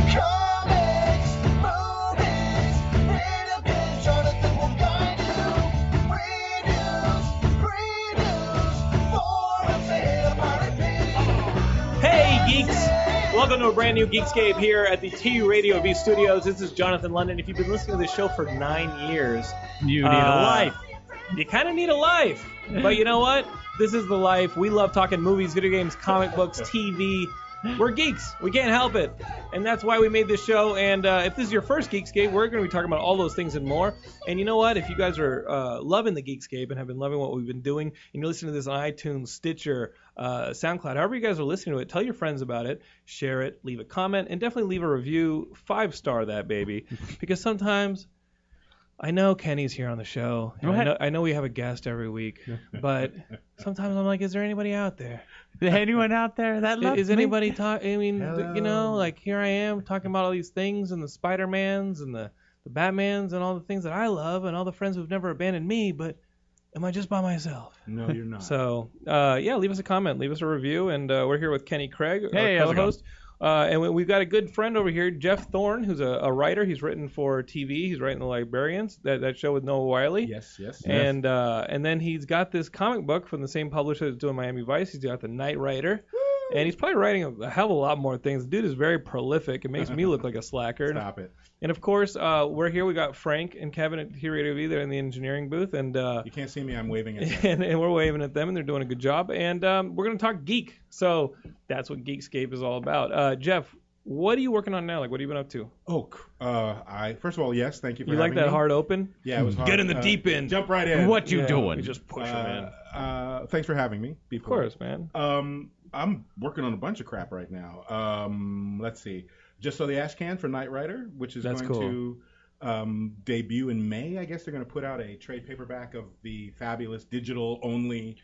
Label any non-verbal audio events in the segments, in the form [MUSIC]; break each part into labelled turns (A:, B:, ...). A: Comics, movies, interviews, Jonathan will guide you. Reviews, previews, forums, they hit a pirate
B: Hey, geeks! Welcome to a brand new Geekscape here at the TU Radio V Studios. This is Jonathan London. If you've been listening to this show for nine years,
C: You need
B: Uh,
C: a life.
B: you kind of need a life. But you know what? This is the life. We love talking movies, video games, comic books, TV. We're geeks. We can't help it. And that's why we made this show. And uh, if this is your first Geekscape, we're going to be talking about all those things and more. And you know what? If you guys are uh, loving the Geekscape and have been loving what we've been doing, and you're listening to this on iTunes, Stitcher, uh, SoundCloud, however you guys are listening to it, tell your friends about it, share it, leave a comment, and definitely leave a review. Five star that baby. Because sometimes I know Kenny's here on the show. and I,
C: Right.
B: know, I know we have a guest every week, but sometimes I'm like, is there anybody out there?
C: Anyone out there that
B: I-
C: loves
B: Is
C: me?
B: anybody talk? I mean, th- you know,
C: Hello.
B: like here I am talking about all these things and the Spider Mans and the the Batmans and all the things that I love and all the friends who've never abandoned me, but am I just by myself?
C: No, you're not.
B: [LAUGHS] So uh, yeah, leave us a comment, leave us a review, and uh, we're here with Kenny Craig,
C: Hey,
B: our
C: how's it going?
B: co-host. Uh, and we- we've got a good friend over here, Jeff Thorne, who's a, a writer. He's written for TV. He's writing The Librarians, that, that show with Noah Wiley.
D: Yes, yes.
B: And uh, and then he's got this comic book from the same publisher that's doing Miami Vice. He's got the Knight Rider, and he's probably writing a, a hell of a lot more things. The dude is very prolific. It makes me look like a slacker.
D: Stop it.
B: And of course, uh, we're here. We got Frank and Kevin at T Radio V. They're in the engineering booth, and uh,
D: You can't see me. I'm waving at
B: [LAUGHS]
D: you.
B: and, and we're waving at them, and they're doing a good job. And um, we're gonna talk geek. So that's what Geekscape is all about. Uh, Jeff, what are you working on now? Like, what have you been up to?
D: Oh, cr- uh, I first of all, yes, thank you for
B: You like
D: having
B: that
D: me.
B: hard open?
D: Yeah,
B: [LAUGHS]
D: it was hard.
B: Get in the
D: Uh,
B: deep end.
D: Jump right in.
C: What you
B: Yeah,
C: doing?
B: We just push him in.
D: Uh,
B: Of
D: uh, thanks for having me. Of
B: course, man.
D: Um, I'm working on a bunch of crap right now. Um, let's see. Just so the ash can for Knight Rider, which is
B: That's
D: going
B: cool.
D: to um, debut in May. I guess they're going to put out a trade paperback of the fabulous digital only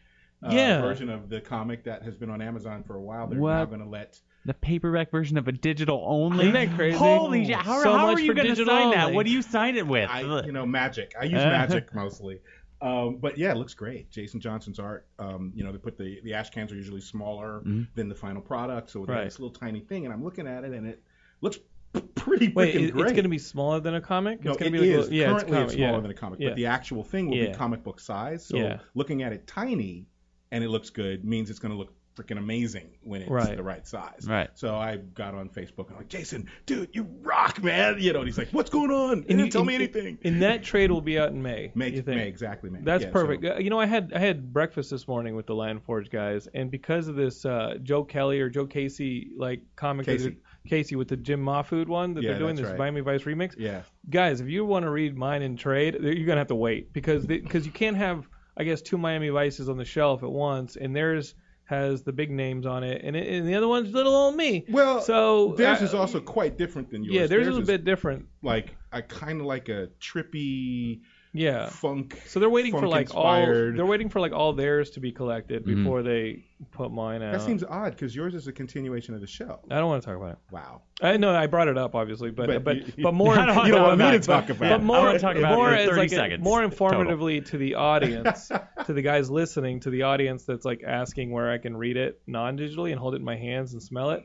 D: uh,
B: Yeah.
D: version of the comic that has been on Amazon for a while. They're now
C: What?
D: going to let
C: the paperback version of a digital only.
B: Isn't that crazy?
C: Holy shit! How,
B: So
C: how
B: much
C: are you
B: for
C: gonna
B: digital
C: sign that?
B: only.
C: What do you sign it with?
D: I,
C: Look.
D: you know, magic. I
B: [LAUGHS]
D: use magic mostly. Um, but yeah, it looks great. Jason Johnson's art. Um, you know, they put the the ash cans are usually smaller
C: Mhm.
D: than the final product, so it's
B: Mm-hmm. Right.
D: this little tiny thing, and I'm looking at it, and it looks p- pretty
B: Wait,
D: freaking
B: it-
D: great.
B: it's going to be smaller than a comic?
D: No,
B: it's going
D: it
B: to be like a
D: is.
B: little- yeah,
D: Currently,
B: it's,
D: it's,
B: comic,
D: smaller
B: yeah.
D: than a comic,
B: Yeah.
D: but the actual thing will
B: Yeah.
D: be comic book size. So
B: Yeah.
D: looking at it tiny, and it looks good, means it's going to look freaking amazing when it's
B: Right.
D: the right size.
C: Right.
D: So I got on Facebook and I'm like, Jason, dude, you rock, man. You know, and he's like, what's going on?
B: And
D: And
B: you-
D: you tell
B: and-
D: me anything.
B: And that trade will be out in May.
D: May,
B: you think?
D: May, exactly May.
B: That's
D: Yeah,
B: perfect.
D: so-
B: Uh, You know, I had I had breakfast this morning with the Lion Forge guys, and because of this uh, Joe Kelly or Joe Casey like comic
D: Casey.
B: that- Casey with the Jim Mahfood one that
D: Yeah,
B: they're doing
D: that's
B: this
D: right.
B: Miami Vice remix.
D: yeah.
B: Guys, if you want to read mine in trade, you're gonna have to wait because because you can't have I guess two Miami Vices on the shelf at once, and theirs has the big names on it, and, it, and the other one's little old me.
D: Well,
B: so
D: theirs
B: uh,
D: is also quite different than yours.
B: yeah, theirs is a bit different.
D: like I kind of like a trippy
B: Yeah.
D: funk.
B: So they're waiting for
D: funk
B: like all
D: inspired.
B: they're waiting for like all theirs to be collected before they put mine out.
D: That seems odd because yours is a continuation of the show.
B: I don't want to talk about it. [LAUGHS]
D: Wow.
B: I know I brought it up obviously, but but
D: But
B: but,
D: you-
B: more
D: [LAUGHS]
C: I don't
B: inform-
C: wanna talk about
D: me
C: it,
D: to talk
C: but-
D: about
B: but
D: it.
B: more,
C: I wanna talk about
B: more
C: it
B: as
C: for 30
B: like a-
C: seconds.
B: more
C: total.
B: informatively to the audience, to the guys listening, to the audience that's like asking where I can read it non-digitally and hold it in my
D: [LAUGHS]
B: hands and smell it.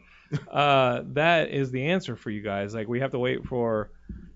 B: Uh, that is the answer for you guys. Like we have to wait for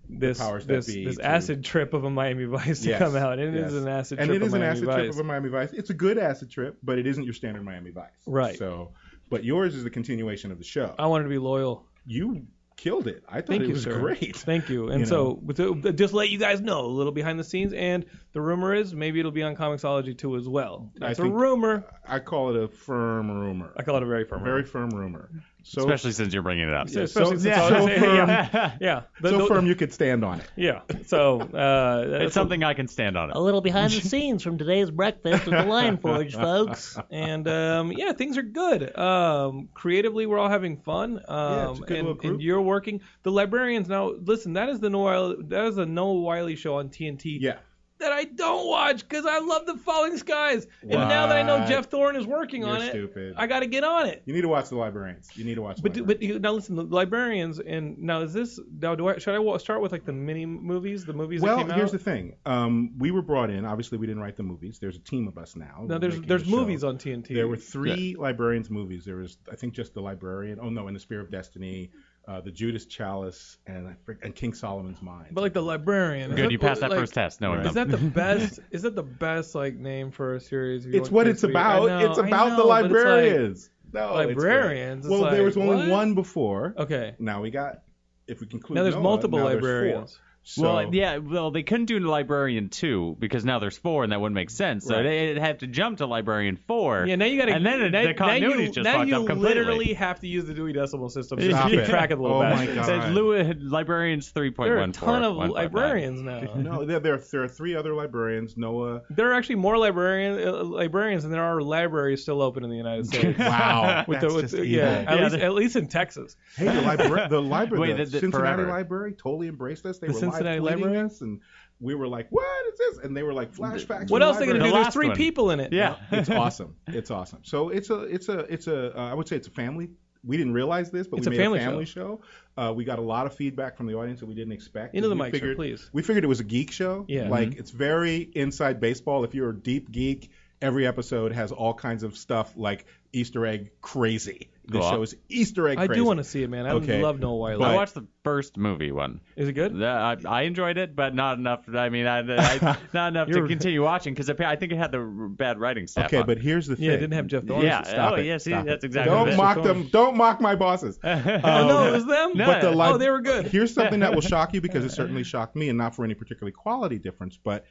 B: this
D: powers that
B: this,
D: be
B: this
D: to-
B: acid trip of a Miami Vice to
D: Yes,
B: come out, and it is
D: yes.
B: an acid
D: and
B: trip
D: it
B: of
D: is an
B: Miami
D: acid trip
B: Vice.
D: of a Miami Vice. It's a good acid trip, but it isn't your standard Miami Vice.
B: Right.
D: So, but yours is the continuation of the show.
B: I wanted to be loyal.
D: You killed it. I thought
B: Thank
D: it
B: you,
D: was
B: sir.
D: great.
B: Thank you. And
D: You
B: so, with the- just to let you guys know a little behind the scenes, and the rumor is maybe it'll be on Comixology too as well.
D: I
B: That's a
D: think-
B: rumor.
D: I call it a firm rumor.
B: I call it a very firm.
D: very
B: rumor.
D: firm rumor. So
E: Especially since you're bringing it up.
B: Yeah,
D: so,
B: especially since
D: so
B: I was- [LAUGHS] yeah,
C: yeah.
B: yeah. The-
D: so
B: the-
D: firm you could stand on it.
B: Yeah. So
D: [LAUGHS]
B: uh, that's
E: It's something I can stand on. It.
F: A little behind the scenes from today's breakfast at the Lion Forge, folks.
B: and um, yeah, things are good. Um, creatively, we're all having fun. Um,
D: Yeah, it's a good
B: and,
D: little
B: and
D: group.
B: you're working. The librarians now. Listen, that is the Noel. That is the Noel Wiley show on TNT.
D: Yeah.
B: That I don't watch because I love the Falling Skies. And now that I know
D: What?
B: Jeff Thorne is working on
D: You're
B: it,
D: stupid.
B: I got to get on it.
D: You need to watch the librarians. You need to watch. The
B: But do,
D: Librarians.
B: but you, now listen, the librarians and now is this now do I should I wa- start with like the mini movies, the movies that
D: well,
B: came out?
D: here's the thing. Um, we were brought in. Obviously, we didn't write the movies. There's a team of us now.
B: now there's
D: making
B: there's
D: the show.
B: movies on TNT.
D: There were three librarians movies. There was, I think, just the librarian. Oh no, in the Spear of Destiny, uh, the Judas Chalice, and I fr- and King Solomon's Mine.
B: but like the librarian. is
E: Good,
B: that
E: you passed that
B: like-
E: first test. No,
B: Is that the
E: [LAUGHS]
B: best? Is that the best like name for a series? if you
D: it's
B: want
D: what
B: kids
D: it's
B: to be- I
D: about.
B: know,
D: it's
B: I
D: about the
B: know, but it's like-
D: librarians. no, it's great.
B: librarians, it's
D: well, there
B: like,
D: was only
B: what?
D: one before.
B: okay.
D: Now we got. If we conclude.
B: Now there's
D: Noah,
B: multiple
D: now there's four.
B: librarians.
D: So,
E: well, yeah. Well, they couldn't do Librarian two because now there's four, and that wouldn't make sense. So
D: Right.
E: they'd have to jump to Librarian four.
B: Yeah, now you got to.
E: And then it-
B: now,
E: the continuity's
B: now you,
E: just
B: now
E: fucked
B: you
E: up completely.
B: literally have to use the Dewey Decimal System
E: [LAUGHS]
B: just to
D: Stop
B: keep
D: it.
B: track of the little
D: Oh my
B: [LAUGHS] bastards.
D: God.
E: Said Lew- Librarians three point
B: There are
E: one.
B: a ton of librarians
E: [LAUGHS]
B: now. [LAUGHS]
D: no, there, there are there are three other librarians. Noah.
B: There are actually more librarian, uh, librarians than there are libraries still open in the
E: [LAUGHS]
B: United States.
D: Wow.
B: [LAUGHS] With the, with, the- yeah, at,
E: Yeah,
B: least,
E: the-
B: at least in Texas.
D: Hey, the library, the library,
E: Wait,
D: the,
E: that- that
D: Cincinnati
E: forever.
D: Library totally embraced us. They
B: The
D: were
B: Cincinnati
D: live tweeting
B: Library?
D: us, and we were like, "What is this?" And they were like, "Flashbacks."
B: What else are they gonna
E: The
B: do? There's
E: last
B: three
E: one.
B: people in it.
E: Yeah.
D: [LAUGHS] It's awesome. It's awesome. So it's a, it's a, it's a. Uh, I would say it's a family. We didn't realize this, but
B: It's a
D: we made
B: family
D: a family show. Uh, we got a lot of feedback from the audience that we didn't expect.
B: Into the
D: We
B: mic, sir,
D: figured-
B: please.
D: We figured it was a geek show.
B: Yeah. mm-hmm.
D: Like it's very inside baseball. If you're a deep geek, every episode has all kinds of stuff like Easter egg crazy. This
E: Cool.
D: show is Easter egg.
B: I
D: crazy.
B: do want to see it, man. I
D: Okay.
B: love Noah Wiley.
E: I watched the first movie one.
B: Is it good?
E: That- I, I enjoyed it, but not enough. I mean, I,
D: [LAUGHS]
E: I, not enough to
B: You're-
E: continue watching because I think it had the r- bad writing staff.
D: Okay,
E: on
D: but here's the thing.
B: Yeah, it didn't have Jeff Thorne.
E: yeah.
D: Stop
E: oh,
D: it.
E: yeah. See,
D: Stop
E: that's
D: it.
E: exactly.
D: Don't
E: it.
D: mock them. Don't mock
B: [LAUGHS]
D: my bosses. Um,
B: Oh no, it was them.
E: No.
D: But the
E: Oh,
D: lib-
B: they were good.
D: Here's something that will
B: [LAUGHS]
D: shock you because it certainly shocked me, and not for any particular quality difference, but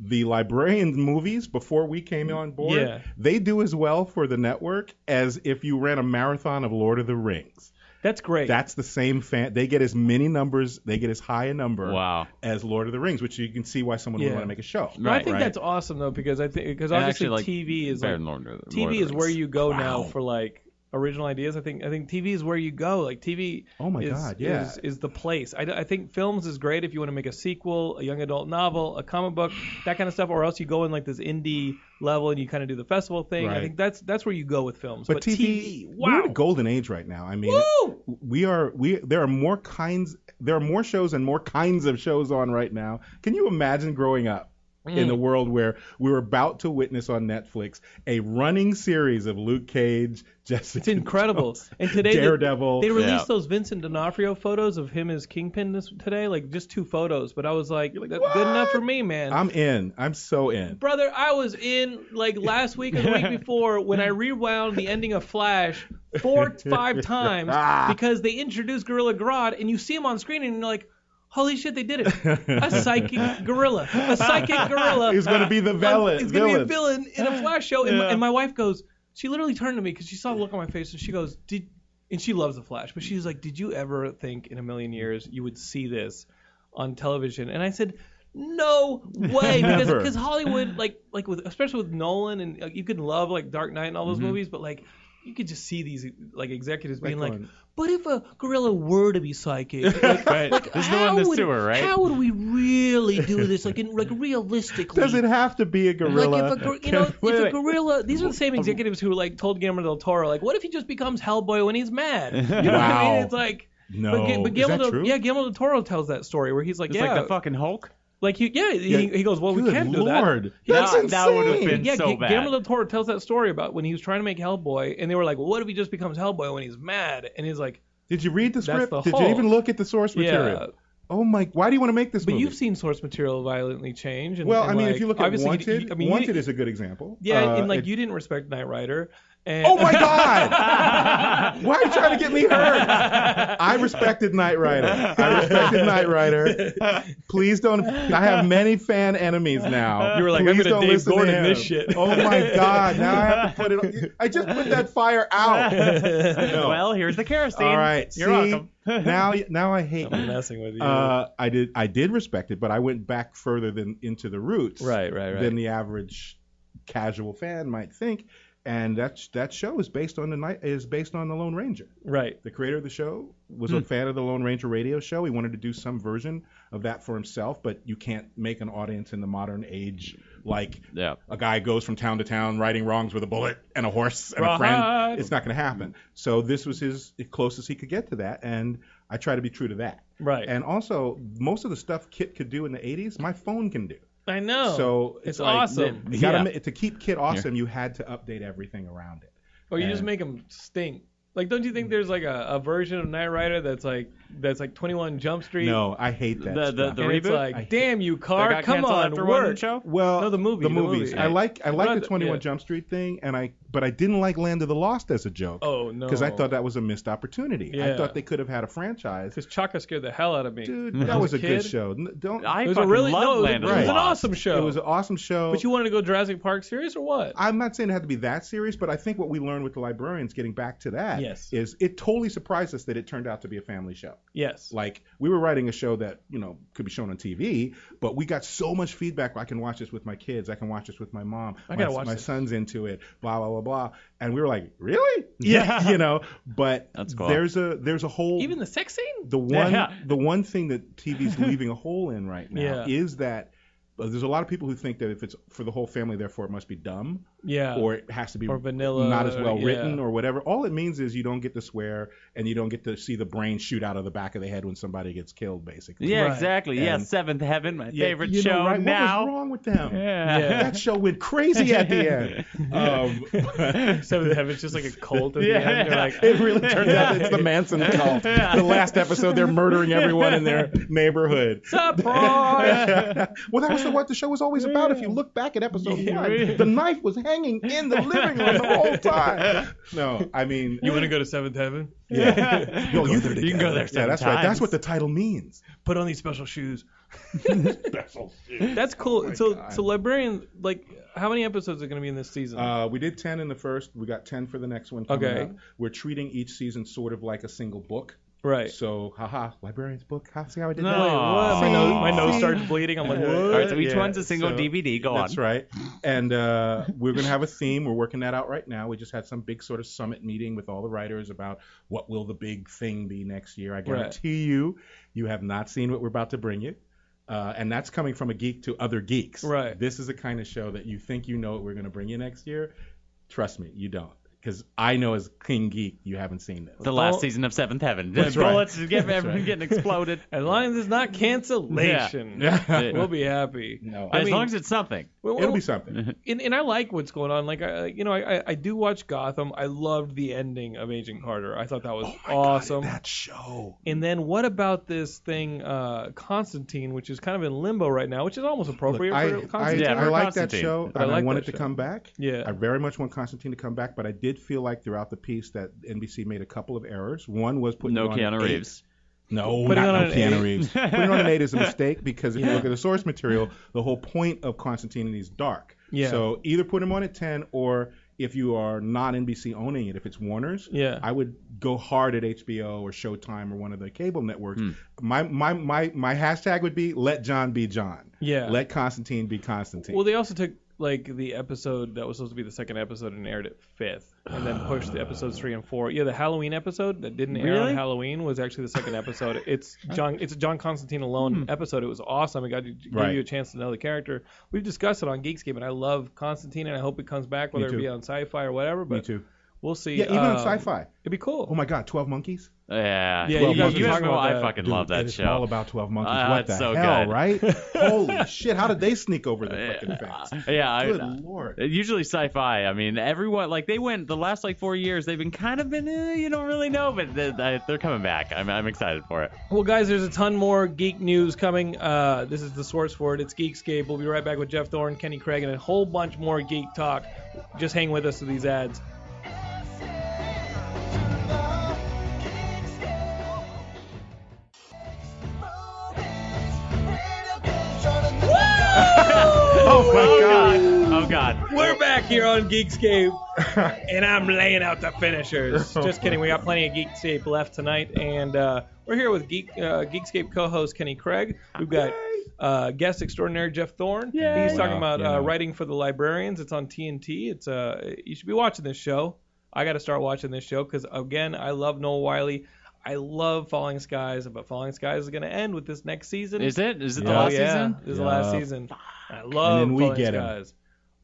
D: the librarian movies before we came on board,
B: Yeah.
D: they do as well for the network as if you ran a marathon of Lord of the Rings.
B: That's great.
D: That's the same fan. They get as many numbers, they get as high a number
E: Wow.
D: as Lord of the Rings, which you can see why someone
B: Yeah.
D: would want to make a show.
B: Well, I
E: Right,
B: think
E: right.
B: that's awesome though because I think because
E: And
B: obviously
E: actually, like,
B: TV is
E: better
B: like,
E: than Lord of the- Lord of
B: TV
E: the
B: is where
E: Rings. [LAUGHS]
B: you go now
D: Wow.
B: for like original ideas. I think I think TV is where you go. Like TV.
D: Oh my
B: is,
D: God, yeah.
B: Is, is the place. I, I think films is great if you want to make a sequel, a young adult novel, a comic book, that kind of stuff, or else you go in like this indie level and you kind of do the festival thing. I
D: Right.
B: think that's that's where you go with films.
D: But, TV, we're in a
B: wow.
D: golden age right now. I mean,
B: Woo!
D: we are we there are more kinds there are more shows and more kinds of shows on right now can you imagine growing up
B: Mm.
D: in a world where we were about to witness on netflix a running series of luke cage jessica
B: It's
D: [LAUGHS]
B: incredible.
D: Jones,
B: And today they-
D: daredevil
B: They released
E: Yeah.
B: those Vincent D'Onofrio photos of him as Kingpin this, today, like just two photos. But I was like,
D: You're like,
B: "That's good enough for
D: "What?"
B: me, man.
D: i'm in i'm so in
B: Brother, I was in like
D: [LAUGHS]
B: last week or the week before when I rewound the ending of Flash four to
D: [LAUGHS]
B: five times
D: Ah.
B: because they introduced Gorilla Grodd and you see him on screen and you're like, holy shit, they did it. A psychic gorilla. A psychic gorilla.
D: [LAUGHS] he's going
B: [LAUGHS]
D: to be the villain
B: It's going to be a
D: villain.
B: villain in a Flash show. And, my, and my wife goes, she literally turned to me because she saw the look on my face and she goes, did, and she loves the Flash, but she was like, did you ever think in a million years you would see this on television? And I said, no
E: [LAUGHS]
B: way, because
D: Never.
B: because Hollywood, like like with especially with Nolan and like, you could love like Dark Knight and all
E: Mm-hmm.
B: those movies, but like. You could just see these like executives being like,
D: going-
B: "But if a gorilla were to be psychic, like,
E: [LAUGHS] Right.
B: like,
E: This is the one in the
B: how would-
E: sewer, right?
B: How would we really do this? Like, in,
E: [LAUGHS]
B: like realistically,
D: does it have to be a gorilla
B: like if a
D: [LAUGHS]
B: gor- you know
D: Wait,
B: if a
D: wait.
B: gorilla, these are the
D: [LAUGHS]
B: same executives who like told Guillermo del Toro like, what if he just becomes Hellboy when he's mad? You know what I mean?
D: Wow.
B: It's like.
D: no
B: But, Gu- but
D: is
B: Guillermo
D: that
B: del,
D: true
B: yeah, Guillermo del Toro tells that story where he's like,
E: It's
B: yeah,
E: like the
B: [LAUGHS]
E: fucking Hulk. [LAUGHS]
B: like he, yeah, he,
D: Yeah.
B: he goes, well, we
D: Good
B: can do that.
D: lord that's
E: That-
D: insane
E: that would've been-
B: Yeah,
E: so
B: Gu-
E: bad.
B: Guillermo del Toro tells that story about when he was trying to make Hellboy, and they were like, well, what if he just becomes Hellboy when he's mad? And he's like,
D: did you read the
B: That's
D: script
B: the
D: did you
B: Hulk.
D: even look at the source
B: yeah,
D: material oh my, why do you want to make this
B: But
D: movie?
B: you've seen source material violently change. And,
D: well,
B: and
D: I mean,
B: like,
D: if you look at
B: obviously you-
D: Wanted,
B: you- I mean, you-
D: Wanted is a good example.
B: yeah,
D: Uh,
B: and like
D: it-
B: you didn't respect Knight Rider. And, [LAUGHS]
D: Oh my God! Why are you trying to get me hurt? I respected Knight Rider. I respected Knight Rider. Please don't. I have many fan enemies now.
B: You were like, I'm
D: Please
B: gonna
D: don't
B: Dave
D: listen to
B: Gordon
D: him.
B: this shit.
D: Oh my God! Now I have to put it. I just put that fire
B: [LAUGHS]
D: out. No.
C: Well, here's the kerosene.
D: All right.
C: You're
D: see?
E: [LAUGHS]
C: welcome.
D: now, now I hate
B: I'm
D: you.
B: messing with you.
D: Uh, I did. I did respect it, but I went back further than into the roots
B: right, right, right.
D: than the average casual fan might think. And that that show is based on the night is based on the Lone Ranger.
B: right.
D: The creator of the show was
E: Hmm.
D: a fan of the Lone Ranger radio show. He wanted to do some version of that for himself, but you can't make an audience in the modern age like
E: Yeah.
D: a guy goes from town to town righting wrongs with a bullet and a horse and a
B: Rawhide.
D: friend. It's not going to happen. So this was his the closest he could get to that, and I try to be true to that.
B: Right.
D: And also, most of the stuff Kit could do in the 80s, my phone can do.
B: I know.
D: so
B: it's
D: it's like-
B: awesome.
D: You gotta
E: Oh, Yeah.
D: ma- to keep Kit awesome, you had to update everything around it.
B: Or you just
D: And-
B: make them stink. Like, don't you think there's like a, a version of Knight Rider that's like that's like 21 Jump Street?
D: No, I hate that.
E: The- the-
D: stuff.
E: the
B: and it's
E: reboot?
D: I
B: like,
D: hate-
B: damn you,
E: That
B: car,
E: got
B: come
E: canceled
B: on,
E: after one
B: work.
E: show.
D: Well,
B: No, the movie,
D: The,
B: the movie.
D: movies. I like I like
B: Right,
D: the 21
B: yeah.
D: Jump Street thing, and I but I didn't like Land of the Lost as a joke.
B: Oh no.
D: Because I thought that was a missed opportunity.
B: Yeah.
D: I thought they could have had a franchise.
B: because Chaka scared the hell out of me.
D: Dude,
B: When I
D: that was a good
B: kid,
D: show. N- Don't.
E: I
B: It was a
E: fucking
B: really
E: love
B: no, it was,
E: Land of
B: it
E: the
B: was an
D: Lost.
B: awesome show.
D: It was an awesome show.
B: But you wanted to go Jurassic Park series or what?
D: I'm not saying it had to be that serious, but I think what we learned with the librarians, getting back to that, is
B: Yes.
D: it totally surprised us that it turned out to be a family show.
B: yes.
D: Like we were writing a show that you know could be shown on TV, but we got so much feedback. I can watch this with my kids. I can watch this with my mom.
B: I
D: my
B: gotta watch
D: my
B: this.
D: son's into it. Blah blah blah blah. And we were like,
B: [LAUGHS]
D: really? Yeah. [LAUGHS] you know, but
E: That's cool.
D: there's a there's a whole
B: Even the sex scene? [LAUGHS]
D: the one
E: Yeah.
D: the one thing that TV's leaving a hole in right
B: Yeah.
D: now is that uh, there's a lot of people who think that if it's for the whole family, therefore it must be dumb
B: Yeah.
D: or it has to be
B: Uh, Or vanilla,
D: not as well
B: yeah.
D: written or whatever. All it means is you don't get to swear and you don't get to see the brain shoot out of the back of the head when somebody gets killed, basically.
E: Yeah,
B: Right.
E: exactly. Yeah,
D: And-
E: Seventh Heaven, my
D: Yeah,
E: favorite
D: you know,
E: show
D: right?
E: now.
D: What was wrong with them?
E: Yeah.
B: Yeah.
D: That show went crazy at the end. Um,
B: [LAUGHS] Seventh Heaven's just like a cult at
E: Yeah.
B: the
D: [LAUGHS]
B: end. You're like,
D: it really turns out that it's the Manson cult. The last episode, they're murdering everyone in their neighborhood.
B: surprise!
D: [LAUGHS] well, that was the, what the show was always about. If you look back at episode one, the knife was hanging in the living room the whole time. No, I mean,
B: you want to go to Seventh Heaven?
D: [LAUGHS] yeah. Yo, you,
E: You can go there
D: Yeah,
E: seven
D: that's right. That's
E: times.
D: what the title means.
B: Put on these special
D: [LAUGHS]
B: shoes. That's cool. so,
D: Oh God.
B: so librarian, like, how many episodes are going to be in this season?
D: Uh, we did 10 in the first. We got 10 for the next one. coming
B: Okay.
D: up. We're treating each season sort of like a single book.
B: right.
D: So, haha, librarian's book. Ha, see how I did
B: No,
D: that?
B: wait, what? my
D: See?
B: nose, my nose
D: See?
B: starts bleeding.
D: [LAUGHS]
B: I'm like, what?
E: All right, so each
D: Yeah,
E: one's a single
D: so-
E: DVD. Go
D: That's
E: on.
D: right. And uh, we're going to have a theme. We're working that out right now. We just had some big sort of summit meeting with all the writers about what will the big thing be next year. I guarantee you, you have not seen what we're about to bring you. Uh, and that's coming from a geek to other geeks.
B: Right.
D: This is the kind of show that you think you know what we're going to bring you next year. Trust me, you don't. Because I know as King Geek, you haven't seen this. [LAUGHS]
E: The last
B: Don't-
E: season of Seventh Heaven.
D: That's right.
E: Bullets is getting,
D: That's right.
E: everyone getting exploded.
B: As long as it's not cancellation, [LAUGHS] we'll be happy.
D: No,
B: I
E: as
B: mean,
E: long as it's something.
B: well,
D: it'll
B: [LAUGHS]
D: be something.
B: and, and I like what's going on. Like, I, you know, I, I- I do watch Gotham. I loved the ending of Agent Carter. I thought that was awesome.
D: Oh That show.
B: And then what about this thing, uh, Constantine, which is kind of in limbo right now, which is almost appropriate
D: I,
B: for
D: I,
B: Constantine.
E: Yeah,
D: I
E: for
D: like that
E: Constantine.
D: show,
B: But I
D: and I,
B: like
D: want it
B: that
D: to
B: show.
D: come back.
B: Yeah.
D: I very much want Constantine to come back, but I did feel like throughout the piece that NBC made a couple of errors. One was putting
E: No
D: on an
E: Keanu
D: eight.
E: Reeves.
D: No,
B: Putting
D: not
B: on an
D: no Keanu
B: eight.
D: Reeves. putting on an eight is a
B: [LAUGHS]
D: mistake because if you look at the source material, the whole point of Constantine is dark.
B: Yeah.
D: So either put him on at ten, or if you are not NBC owning it, if it's Warner's,
B: Yeah.
D: I would go hard at HBO or Showtime or one of the cable networks.
B: Hmm.
D: My my my my hashtag would be let John be John.
B: Yeah.
D: Let Constantine be Constantine.
B: Well, they also took like the episode that was supposed to be the second episode and aired it fifth, and then pushed the episodes three and four. Yeah, the Halloween episode that didn't air on
E: Really?
B: Halloween was actually the second episode. It's
D: [LAUGHS]
B: John, it's a John Constantine alone episode. It was awesome. It got to give
D: Hmm. Right.
B: you a chance to know the character. We've discussed it on Geekscape, and I love Constantine, and I hope it comes back, whether it
D: too.
B: be on sci-fi or whatever. But
D: Me too.
B: We'll see.
D: Yeah, even
B: Um,
D: on sci-fi.
B: It'd be cool.
D: Oh my God, Twelve Monkeys.
E: Yeah.
B: Yeah,
E: Well,
B: you guys
E: you
B: were
E: guys
B: talking
E: know
B: about
E: I
B: that.
E: fucking
D: Dude,
E: love
D: it
E: that
D: is
E: show.
D: all about Twelve Monkeys.
E: Uh,
D: what
E: it's
D: the
E: so
D: hell,
E: good. [LAUGHS]
D: right? Holy shit! How did they sneak over the fucking fence?
E: yeah. I- uh,
D: Good lord.
E: Usually sci-fi. I mean, everyone like they went the last like four years. They've been kind of been eh, you don't really know, but they- they- they're coming back. I'm I'm excited for it.
B: Well, guys, there's a ton more geek news coming. Uh, this is the source for it. It's Geekscape. We'll be right back with Jeff Thorne, Kenny Craig, and a whole bunch more geek talk. Just hang with us to these ads.
D: Oh my God.
E: Oh God.
B: We're back here on Geekscape, and I'm laying out the finishers. Just kidding. We got plenty of Geekscape left tonight, and uh, we're here with Geek uh, Geekscape co-host Kenny Craig. We've got uh, guest extraordinaire Jeff Thorne. He's talking
E: Wow,
B: about uh, writing for the librarians. It's on TNT. It's uh, you should be watching this show. I got to start watching this show because again, I love Noel Wiley. I love Falling Skies, but Falling Skies is going to end with this next season.
E: Is it? Is it the
B: Oh,
E: last
B: yeah.
E: season?
B: This is the last season. I love
D: And then we
B: Falling
D: get 'em.
B: Skies.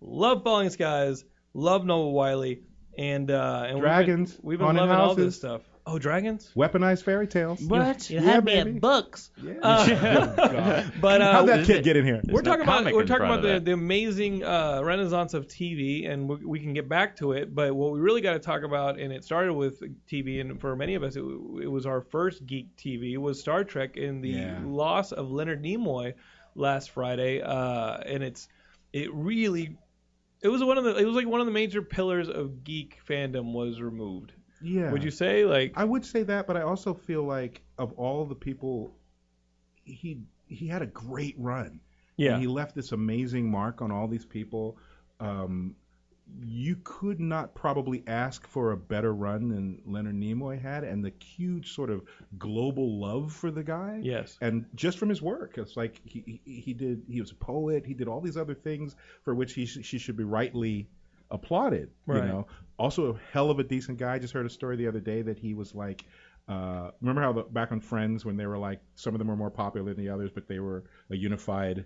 B: Love Falling Skies. Love Noah Wiley. And uh, and
D: Dragons,
B: We've been, we've been
D: haunted
B: loving all this
D: houses.
B: stuff. Oh, dragons.
D: [LAUGHS] Weaponized fairy tales.
F: What? You
D: Yeah,
F: had me
D: baby.
F: at books.
D: Yeah.
B: Uh,
E: [LAUGHS]
D: Good God. [LAUGHS]
B: But uh,
D: How'd that
E: is
D: kid
E: it-
D: get in here?
B: we're
E: no
B: talking about
E: comic
B: we're
E: in
B: talking
E: front
B: about the,
E: of that.
B: the amazing uh, renaissance of TV, and we, we can get back to it. But what we really got to talk about, and it started with TV, and for many of us, it, it was our first geek TV was Star Trek, and the
D: Yeah.
B: loss of Leonard Nimoy last Friday, uh, and it's it really. It was one of the. It was like one of the major pillars of geek fandom was removed.
D: Yeah.
B: Would you say like?
D: I would say that, but I also feel like of all the people, he he had a great run.
B: yeah.
D: And he left this amazing mark on all these people. Um, you could not probably ask for a better run than Leonard Nimoy had, and the huge sort of global love for the guy.
B: yes.
D: And just from his work, it's like he, he he did he was a poet. He did all these other things for which he sh- she should be rightly applauded.
B: Right.
D: You know, also a hell of a decent guy. I just heard a story the other day that he was like, uh, remember how the, back on Friends when they were like some of them were more popular than the others, but they were a unified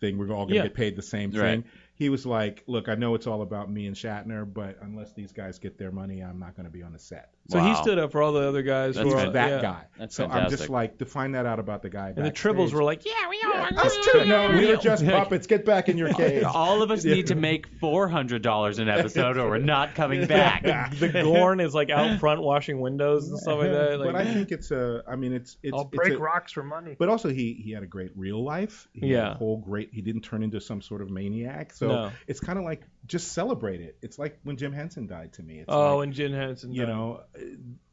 D: thing. We're all gonna
B: Yeah.
D: get paid the same thing.
E: Right.
D: He was like, look, I know it's all about me and Shatner, but unless these guys get their money, I'm not gonna be on the set.
B: So he
E: Wow.
B: stood up for all the other guys.
E: That's
B: who
D: He's
B: are,
E: fan-
D: that
B: yeah.
D: guy.
E: That's
D: so I'm
E: fantastic.
D: just like to find that out about the guy.
B: And the tribbles were like, yeah, we all.
D: us too. No, we were just puppets. Get back
B: [LAUGHS]
D: in your cage.
E: All of us need to make four hundred dollars an episode, or we're not
D: [LAUGHS]
E: coming back.
B: the Gorn is
G: [LAUGHS]
B: like out front washing windows and stuff like that. Like,
D: but I think it's a. I mean, it's it's.
G: I'll
D: it's
G: break
D: a-
G: rocks for money.
D: But also, he he had a great real life. He had a
B: Yeah.
D: whole great. He didn't turn into some sort of maniac. So
B: No.
D: it's kind of like just celebrate it. It's like when Jim Henson died to me. It's
B: oh,
D: like,
B: and Jin Henson.
D: you
B: died.
D: know,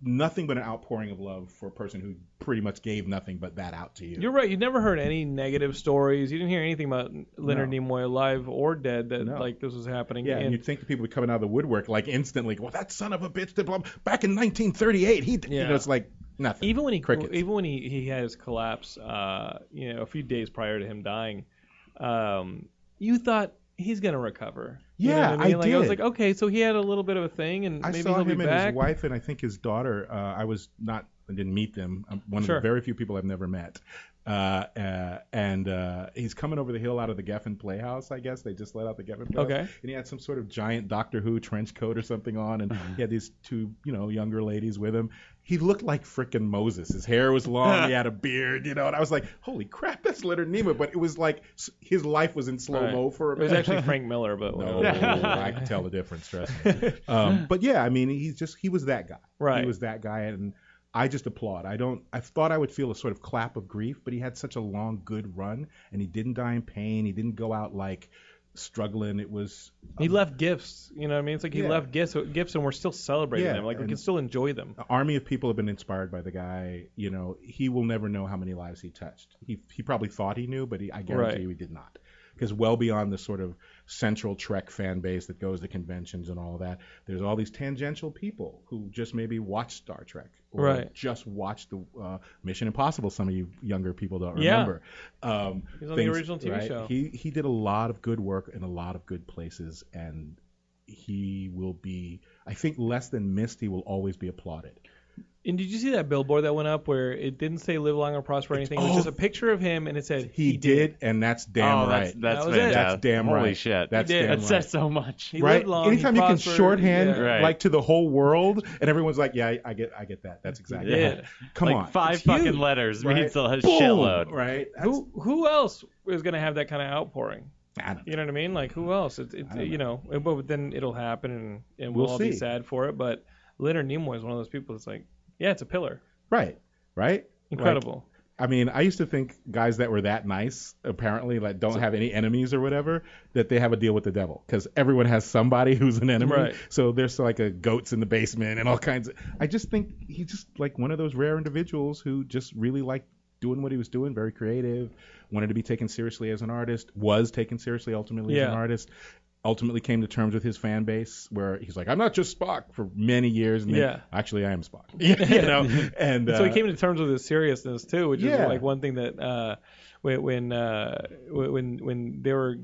D: nothing but an outpouring of love for a person who pretty much gave nothing but that out to you.
B: you're right. You never heard any negative stories. You didn't hear anything about Leonard Nimoy alive or dead that
D: No.
B: like this was happening.
D: Yeah, and
B: and,
D: you'd think the people would be coming out of the woodwork like instantly. Well, that son of a bitch did blah, back in 1938. He, did-" you
B: Yeah.
D: know, it's like nothing.
B: even when he
D: Crickets.
B: even when he he had his collapse, uh, you know, a few days prior to him dying, um, you thought he's gonna recover. You know
D: Yeah,
B: what
D: I
B: I mean, like I was
D: did.
B: like, okay, so he had a little bit of a thing, and
D: I
B: maybe
D: saw
B: he'll
D: him
B: be
D: and
B: back.
D: his wife and I think his daughter. Uh, I was not, I didn't meet them. I'm one
B: Sure.
D: of the very few people I've never met. Uh, uh, and uh, he's coming over the hill out of the Geffen Playhouse, I guess. They just let out the Geffen Playhouse.
B: Okay.
D: And he had some sort of giant Doctor Who trench coat or something on, and
B: Mm-hmm.
D: he had these two, you know, younger ladies with him. He looked like frickin' Moses. His hair was long. he had a beard, you know. And I was like, holy crap, that's Leonard Nimoy. But it was like s- his life was in slow mo
B: Right.
D: for a
B: It
D: [LAUGHS]
B: was
D: minute.
B: actually Frank Miller, but [LAUGHS]
D: No, I can tell the difference. Trust me. Um, but yeah, I mean, he's just he was that guy.
B: Right.
D: He was that guy, and I just applaud. I don't. I thought I would feel a sort of clap of grief, but he had such a long, good run, and he didn't die in pain. He didn't go out like struggling. It was
B: He left gifts. You know what I mean? It's like he
D: Um, Yeah.
B: left gifts, gifts, and we're still celebrating
D: Yeah,
B: them. Like we
D: and- Oh.
B: can still enjoy them.
D: an army of people have been inspired by the guy. You know, he will never know how many lives he touched. He he probably thought he knew, but he, I guarantee
B: Right.
D: you he did not. Because well beyond the sort of central Trek fan base that goes to conventions and all that, there's all these tangential people who just maybe watch Star Trek or
B: Right.
D: just watch the uh, Mission Impossible. Some of you younger people don't
B: Yeah.
D: remember. Um,
B: He was on the original TV show.
D: He he did a lot of good work in a lot of good places, and he will be. I think less than missed, he will always be applauded.
B: And did you see that billboard that went up where it didn't say live long or prosper or anything? It was
D: oh.
B: just a picture of him and it said
D: He, did, and that's damn
E: oh,
D: right.
E: that's that's
B: That was it.
E: fantastic.
D: That's damn
E: Holy
D: right.
E: shit.
D: That's
B: He did.
D: damn
E: that
D: right.
E: says so much.
B: He
D: right?
B: lived long, he
D: Anytime you can
B: prospered,
D: shorthand
B: yeah.
E: Right.
D: like to the whole world, and everyone's like, "Yeah, I, I get, I get that. That's exactly.
B: Yeah.
D: Right. Come
E: like
D: on,
E: five
B: It's
E: fucking
B: huge,
E: letters
D: right?
E: means a
D: Boom,
E: shitload.
D: right?
B: Who who else is gonna have that kind of outpouring?
D: That's- I don't know.
B: You know what I mean? Like who else? It, it,
D: don't
B: you know, but then it'll happen and, and we'll,
D: We'll
B: all be
D: see.
B: sad for it. But Leonard Nimoy is one of those people that's like, yeah, it's a pillar.
D: Right, right.
B: Incredible.
D: I mean, I used to think guys that were that nice, apparently, like don't have any enemies or whatever, that they have a deal with the devil because everyone has somebody [LAUGHS] who's an enemy.
B: Right.
D: So there's like a goats in the basement and all kinds of. I just think he's just like one of those rare individuals who just really liked doing what he was doing, very creative, wanted to be taken seriously as an artist, was taken seriously ultimately as
B: Yeah.
D: an artist. Ultimately came to terms with his fan base, where he's like, "I'm not just Spock" for many years, and then,
B: Yeah.
D: actually I am Spock, [LAUGHS] you know.
B: [LAUGHS]
D: And
B: so he
D: uh,
B: came to terms with his seriousness too, which
D: Yeah.
B: is like one thing that uh, when when, uh, when when they were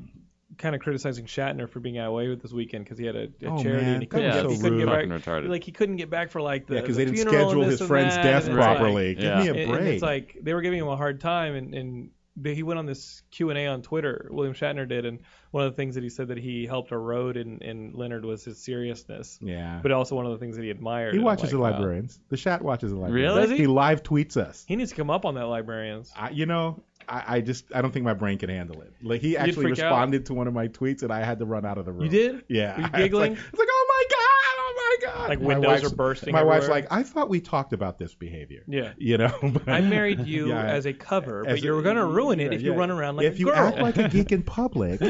B: kind of criticizing Shatner for being out away with this weekend because he had a, a
D: Oh,
B: charity
D: man.
B: and he
D: That
B: couldn't,
D: was
B: get,
D: so
B: he couldn't get
E: rude.
B: back
E: Fucking retarded.
B: like he couldn't get back for like the
D: Yeah, because
B: the
D: they didn't
B: funeral and
D: schedule
B: this
D: his
B: and
D: friend's
B: that,
D: death
B: and it's like-
D: properly. Give
E: Yeah.
D: me a
B: and-
D: break.
B: And it's like they were giving him a hard time, and and they, he went on this Q and A on Twitter. William Shatner did, and one of the things that he said that he helped erode in, in Leonard was his seriousness,
D: yeah.
B: but also one of the things that he admired.
D: he
B: And I'm
D: watches the
B: like, wow.
D: librarians. The Shat watches the librarians.
E: Really?
B: Does he?
D: uh, He live tweets us.
B: He needs to come up on that librarians.
D: I, you know, I, I just I don't think my brain can handle it. Like he actually
B: freak out.
D: responded to one of my tweets and I had to run out of the room.
B: You did?
D: Yeah.
B: Were you
D: [LAUGHS] It's like-
B: giggling?
D: It's like, oh my god, oh my god.
B: Like
D: My
B: windows
D: wife's-
B: are bursting
D: My wife's
B: everywhere?
D: like, I thought we talked about this behavior.
B: Yeah.
D: You know. [LAUGHS] but-
B: I married you
D: [LAUGHS] Yeah.
B: as a cover,
D: As
B: but
D: a-
B: you're gonna ruin it
D: yeah,
B: if you
D: yeah.
B: run around like
D: if
B: a
D: you
B: girl.
D: act like a geek in public,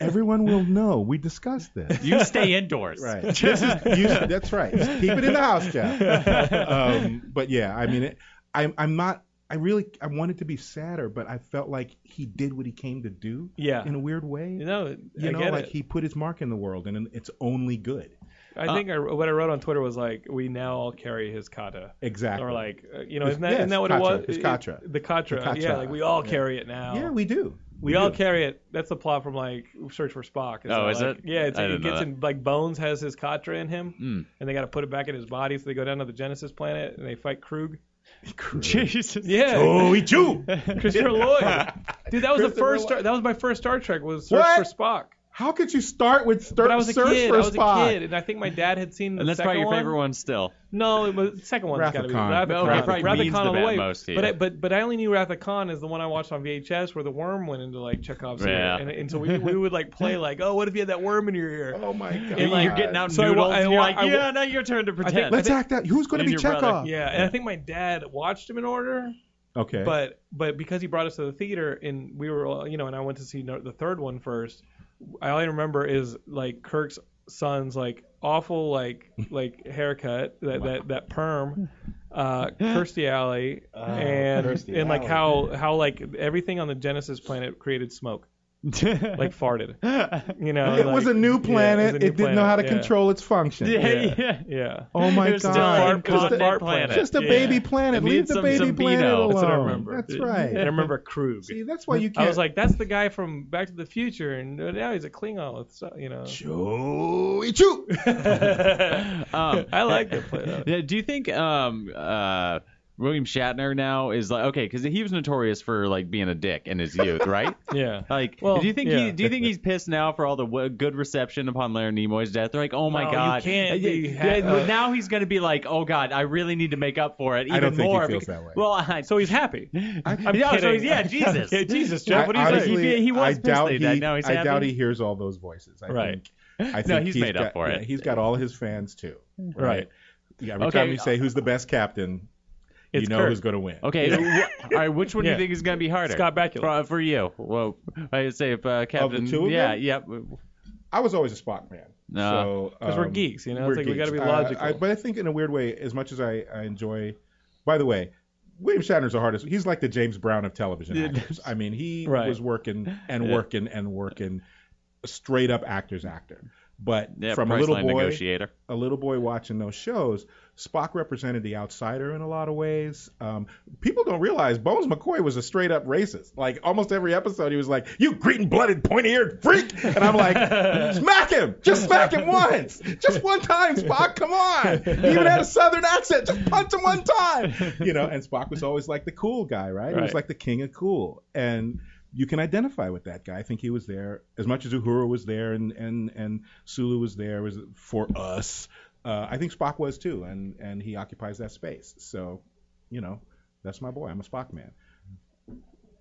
D: everyone will know we discussed this.
E: You stay indoors.
D: Right. [LAUGHS] This is, you, that's right. Just keep it in the house, Jeff.
B: [LAUGHS]
D: Um, but yeah, I mean, it, I'm I'm not. I really I wanted to be sadder, but I felt like he did what he came to do.
B: [LAUGHS] Yeah.
D: In a weird way.
B: you know,
D: You
B: I
D: know,
B: get
D: like
B: it.
D: he uh, put his mark in the world, and it's only good.
B: I think I, what I wrote on Twitter was like, we now all carry his kata.
D: Exactly.
B: Or like, uh, you know,
D: His-
B: isn't that,
D: yes,
B: isn't that what
D: katra,
B: it was?
D: his
B: It-
D: katra.
B: The katra.
D: The katra.
B: Yeah, like we all
D: Yeah.
B: carry it now.
D: yeah,
B: [LAUGHS]
D: we do.
B: We, all
D: do.
B: carry it. That's the plot from like Search for Spock. It's
E: Oh,
B: not
E: is
B: like-
E: it?
B: Yeah, it's,
E: I
B: it
E: didn't know
B: gets
E: that.
B: in like Bones has his katra in him,
E: Mm.
B: and they got to put it back in his body. So they go down to the Genesis planet and they fight Krug.
E: Jesus.
B: Yeah,
D: Oh, we do.
B: Christopher
D: [LAUGHS]
B: Lloyd. Dude, that was the
D: Christopher
B: first.
D: Lloyd.
B: Star, that was my first Star Trek was Search
D: What?
B: for Spock.
D: [LAUGHS] How could you start with
B: But
D: start,
B: I was a
D: search
B: kid.
D: for
B: I was
D: Spock?
B: a kid, and I think my dad had seen the
E: And that's
B: second
E: probably your
B: one.
E: favorite one still.
B: No, it was the second one's got to be
D: Wrath of Khan.
B: Wrath of
E: Okay,
B: Khan.
E: probably
B: Wrath of
E: means
B: Khan
E: the
B: all the
E: bat
B: way.
E: most here.
B: But I, but but I only knew Wrath of Khan as the one I watched on VHS where the worm went into like Chekhov's
E: Yeah.
B: ear, and, and so we, we would like play like, oh, what if you had that worm in your ear?
D: Oh my god.
B: And, like,
E: you're getting out
B: so I wa-
E: noodles.
B: I
E: and you're
B: wa-
E: like,
B: I wa-
E: yeah, now your turn to pretend.
D: Let's act out. Who's going to
E: And
D: be
E: your brother.
D: Chekhov?
B: Yeah, and I think my dad watched him in order,
D: Okay. [LAUGHS]
B: but but because he brought us to the theater and we were all- you know, and I went to see no- the third one first. I all I remember is like Kirk's son's like awful
D: [LAUGHS]
B: like like haircut that that that perm. Uh, Kirstie Alley and
D: Uh, Kirstie
B: and like
D: Alley.
B: how
D: [LAUGHS]
B: how like everything on the Genesis planet created smoke, like farted. You know,
D: it
B: like-
D: was a
B: [LAUGHS] [LAUGHS] yeah, it
D: new
B: was a
D: planet. it
B: new
D: didn't know how to
B: planet, yeah.
D: control its function.
E: yeah, yeah.
B: Yeah,
D: Oh my
E: It was
D: god.
E: still an
D: Just
E: incontinent
D: a-
E: planet.
D: Just a
B: Yeah.
D: baby planet.
E: It
D: Leave
E: needs
D: the
E: some
D: baby
E: Zambino.
D: planet alone.
E: That's
B: That's what I remember.
D: Oh, That's
B: And I
D: right.
B: remember Krug.
D: [LAUGHS] See, that's why you can't.
B: I was like, that's the guy from Back to the Future, and now he's a Klingon with, so- you
E: [LAUGHS]
B: know. [LAUGHS]
D: Joey Chu.
E: Um,
B: [LAUGHS] I like that play. though.
E: Yeah, do you think um uh William Shatner now is like okay because he was notorious for like being a dick in his youth, right?
B: Yeah.
E: Like,
B: Well,
E: do you think
B: yeah.
E: he do you think he's pissed now for all the w- good reception upon Larry Nimoy's death? They're like, oh my
B: No, you
E: god,
B: can't
E: Yeah,
B: be ha-
E: yeah,
B: uh,
E: now he's gonna be like, oh god, I really need to make up for it even
D: I don't think he
E: more.
D: feels
E: because-
D: that way.
E: Well, I,
B: So he's happy. [LAUGHS] I'm
E: yeah, so
B: kidding. [LAUGHS]
E: he's- yeah, Jesus,
B: Yeah, Jesus, Jeff, what do you
D: I-
B: say?
D: honestly,
E: He- he was
D: I
E: pissed
D: doubt
E: that he
D: he,
E: died. Now he's
D: I
E: happy?
D: doubt he hears all those voices. I
B: Right.
E: [LAUGHS]
D: Think, I think
E: he's made up
D: got-
E: for
D: yeah,
E: it.
D: he's got all his fans too.
B: Right.
D: Yeah, every
E: Okay.
D: time you say who's the best captain, you
B: It's
D: know
B: Kirk.
D: who's going to win.
E: okay. wh- all right, which one do
B: Yeah.
E: you think is gonna be harder?
B: Scott Bakula.
E: for, for you. Well, I would say if uh, Captain.
D: two of
E: yeah,
D: them?
E: yep.
D: I was always a Spock man.
E: No.
B: Because we're geeks, you know? It's like we gotta be
D: Uh,
B: logical.
D: I, but I think in a weird way, as much as I, I enjoy, by the way, William Shatner's the hardest. He's like the James Brown of television actors. I mean, he
B: [LAUGHS] Right.
D: was working and
E: Yeah.
D: working and working, straight up actor's actor. But
E: Yeah,
D: from a
E: Priceline
D: little boy,
E: negotiator.
D: a little boy watching those shows, Spock represented the outsider in a lot of ways. Um, people don't realize Bones McCoy was a straight up racist. Like almost every episode, he was like, "You green blooded, pointy eared freak," and
B: [LAUGHS]
D: I'm like, "Smack him! Just smack him once! Just one time, Spock! Come on!" He even had a southern accent. Just punch him one time, you know. And Spock was always like the cool guy, right? He was
E: Right.
D: like the king of cool, and you can identify with that guy. I think he was there as much as Uhura was there and and and Sulu was there was for us. Uh, I think Spock was too, and and he occupies that space. So, you know, that's my boy. I'm a Spock man.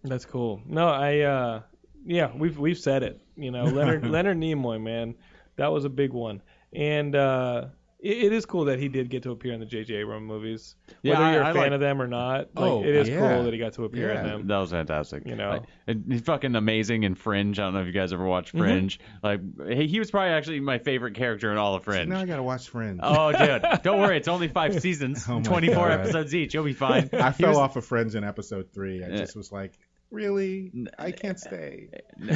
B: That's cool. No, I uh yeah, we've we've said it. You know,
D: [LAUGHS]
B: Leonard Leonard Nimoy, man, that was a big one. And uh it, it is cool that he did get to appear in the J.J. Abrams movies.
E: Yeah,
B: Whether
E: I-
B: you're a
E: I
B: fan
E: like-
B: of them or not, like,
D: Oh,
B: it is
D: yeah.
B: cool that he got to appear
D: Yeah.
B: in them.
E: That was fantastic.
B: You know.
E: like, and he's fucking amazing in Fringe. I don't know if you guys ever watched
B: Mm-hmm.
E: Fringe. Like, he, he was probably actually my favorite character in all of Fringe.
D: Now I gotta watch Friends.
E: Oh,
D: [LAUGHS]
E: dude, don't worry. It's only five seasons,
D: Oh my
E: 24
D: God.
E: episodes each. You'll be
D: [LAUGHS]
E: fine.
D: I
E: He
D: fell
E: was-
D: off of Friends in episode three. I just was like, really? I can't stay.
B: [LAUGHS]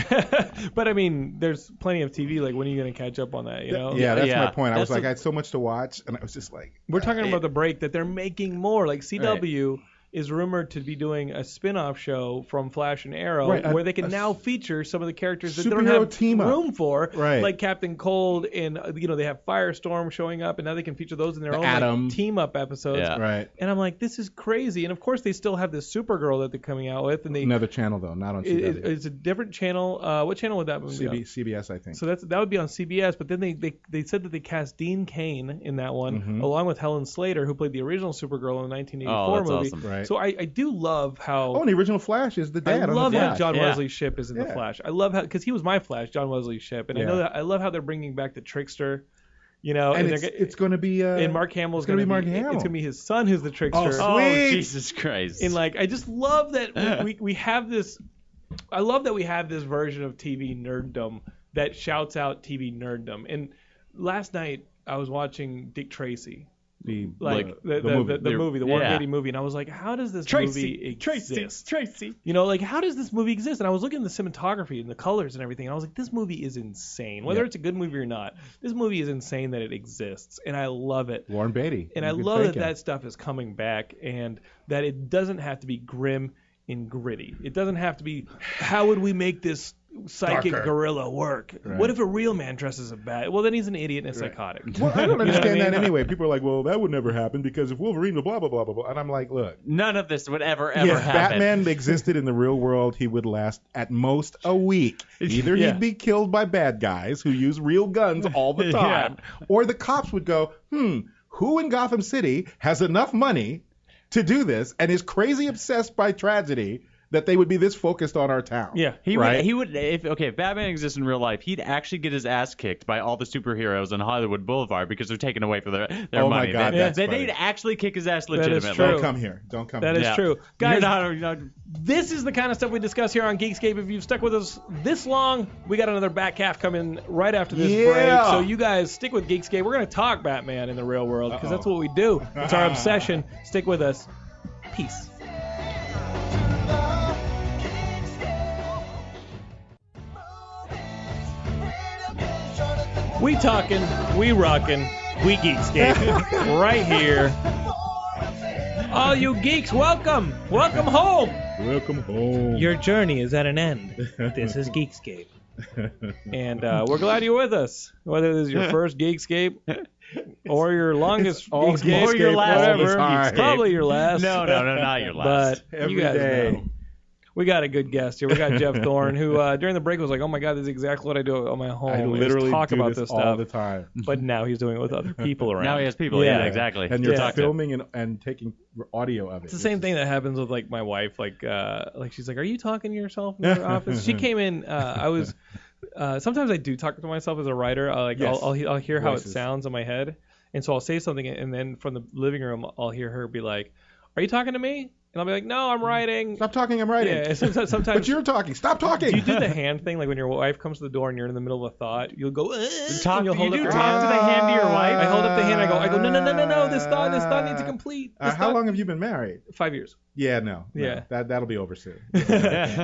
B: but I mean, there's plenty of TV. Like, when are you going to catch up on that? You know?
D: yeah, that's my
E: yeah.
D: point. I was
E: That's
D: like,
E: the-
D: I had so much to watch, and I was just like,
B: We're talking about the break that they're making more. Like CW is rumored to be doing a spin-off show from Flash and Arrow
D: Right, a-
B: where they can
D: a
B: now
D: s-
B: feature some of the characters that they don't
D: superhero
B: have
D: team-up.
B: room for,
D: Right.
B: like Captain Cold and uh, you know they have Firestorm showing up and now they can feature those in their
D: The
B: own
D: Atom.
B: like, team-up episodes.
E: Yeah.
D: right.
B: And I'm like, this is crazy. And of course they still have this Supergirl that they're coming out with and they
D: Another channel though, not on
B: it-
D: CW.
B: it- it's a different channel. Uh, what channel would that be?
D: CB,
B: on?
D: CBS, I think.
B: So that's that would be on CBS, but then they, they, they said that they cast Dean Kane in that one,
D: Mm-hmm.
B: along with Helen Slater, who played the original Supergirl in the 1984
E: Oh, that's
B: movie.
E: awesome.
D: Right.
B: So I, I do love how
D: oh, and the original Flash is the
B: I
D: dad. on
B: love
D: the
B: how
D: Flash.
B: John
E: yeah.
B: Wesley Ship is in
D: Yeah.
B: the Flash. I love how because he was my Flash, John Wesley Ship, and I
D: Yeah.
B: know that I love how they're bringing back the Trickster, you know,
D: and
B: and,
D: it's,
B: they're,
D: it's going to be uh,
B: and Mark Hamill's
D: it's gonna
B: gonna,
D: be Mark
B: be
D: Hamill.
B: it's gonna be his son who's the Trickster.
D: sweet.
E: Oh,
D: Sweet.
E: Jesus Christ.
B: And like I just love that we, we, we have this I love that we have this version of TV nerddom that shouts out TV nerddom. And last night I was watching Dick Tracy,
D: the,
B: like
D: uh,
B: the, the, the, movie, the,
E: the-
B: movie, the Warren
E: yeah.
B: Beatty movie, and I was like, how does this movie
C: Tracy,
B: exist?
C: Tracy, Tracy.
B: You know, like how does this movie exist? And I was looking at the cinematography and the colors and everything, and I was like, this movie is insane. Whether it's a good movie or not, this movie is insane that it exists, and I love it.
D: Warren Beatty.
B: And
D: You
B: I
D: could
B: love
D: thank
B: that
D: him.
B: that stuff is coming back and that it doesn't have to be grim and gritty. It doesn't have to be, how would we make this psychic gorilla work? What if a real man dresses a bat? Well, then he's an idiot and a
E: [LAUGHS]
B: psychotic.
D: Well, [LAUGHS] I don't understand
B: mean?
D: that anyway. People are like, well, that would never happen because if Wolverine, blah, blah, blah, blah, blah. And I'm like, look,
E: None of this would ever, ever
D: if
B: [LAUGHS]
E: happen.
D: Batman existed in the real world, he would last at most a week. Either
B: Yeah.
D: he'd be killed by bad guys who use real guns
B: [LAUGHS]
D: all the time, or the cops would go, hmm, who in Gotham City has enough money to do this and is crazy obsessed by tragedy that they would be this focused on our town?
B: [LAUGHS] Yeah.
E: He
D: Right.
E: would. He would. If okay, if Batman exists in real life, he'd actually get his ass kicked by all the superheroes on Hollywood Boulevard because they're taken away for their their
D: Oh my
E: money.
D: God,
E: they,
D: that's
E: they,
D: funny.
E: would actually kick his ass
B: is
E: legitimately.
D: Don't
B: true.
D: come here. Don't come
B: That
D: here.
B: is
E: Yeah.
B: true.
E: You're
B: Guys,
E: not- you're not-
B: this is the kind of stuff we discuss here on Geekscape. If you've stuck with us this long, we got another back half coming right after this
D: Yeah.
B: break. So you guys stick with Geekscape. We're going to talk Batman in the real world because that's what we do. It's
E: [LAUGHS]
B: our obsession. Stick with us. Peace. We talking, we rocking, we
D: [LAUGHS]
B: Geekscape right here. All you geeks, welcome, welcome home.
D: Welcome home.
B: Your
D: [LAUGHS]
B: journey is at an end. This is Geekscape. and uh, we're glad you're with us. Whether this is
D: [LAUGHS]
B: your first Geekscape or your longest
D: all
B: Geekscape,
D: Geekscape all the
B: whatever,
D: time.
B: it's probably your last.
E: no, no, no, not
D: [LAUGHS]
E: your last.
B: But
D: Every
B: you guys
D: day.
B: know. We got a good guest here. We got
D: [LAUGHS]
B: Jeff Thorne, who uh, during the break was like, "Oh my God, this is exactly what I do on my home.
D: I
B: Oh, We just
D: literally
B: talk
D: do
B: about
D: this,
B: this,
D: all
B: stuff."
D: the time.
B: But now he's doing it with other
D: [LAUGHS]
B: people around.
E: now he has people. Yeah,
B: Yeah.
E: exactly.
D: And you're
B: Yeah.
D: filming and, and taking audio of it.
B: It's the same thing that happens with like my wife. Like, uh, like she's like, "Are you talking to yourself in
D: [LAUGHS]
B: your office?" She came in. Uh, I was. Uh, sometimes I do talk to myself as a writer. I, like,
D: Yes.
B: I'll, I'll, I'll hear how it
D: Voices.
B: sounds in my head, and so I'll say something, and then from the living room, I'll hear her be like, "Are you talking to me?" and I'll be like, no, I'm writing.
D: Mm. Stop talking. I'm writing.
B: Yeah,
D: [LAUGHS]
B: sometimes, sometimes
D: But you're talking. Stop talking.
B: do you do the hand thing like when your wife comes to the door and you're in the middle of a thought? You'll go. "Uh,"
C: Talk-
B: and you'll
C: you
B: hold
C: do
B: up your
C: talk
B: hand.
C: to
D: Ah.
C: the hand to your wife?
B: I hold up the hand. I go. I go. No, no, no, no, no. This thought. This thought needs to
D: Ah.
B: complete.
D: Uh,
B: This
D: how
B: thought-
D: long have you been married?
B: Five years.
D: Yeah, no. no.
B: Yeah.
D: That that'll be over
B: [LAUGHS]
D: soon.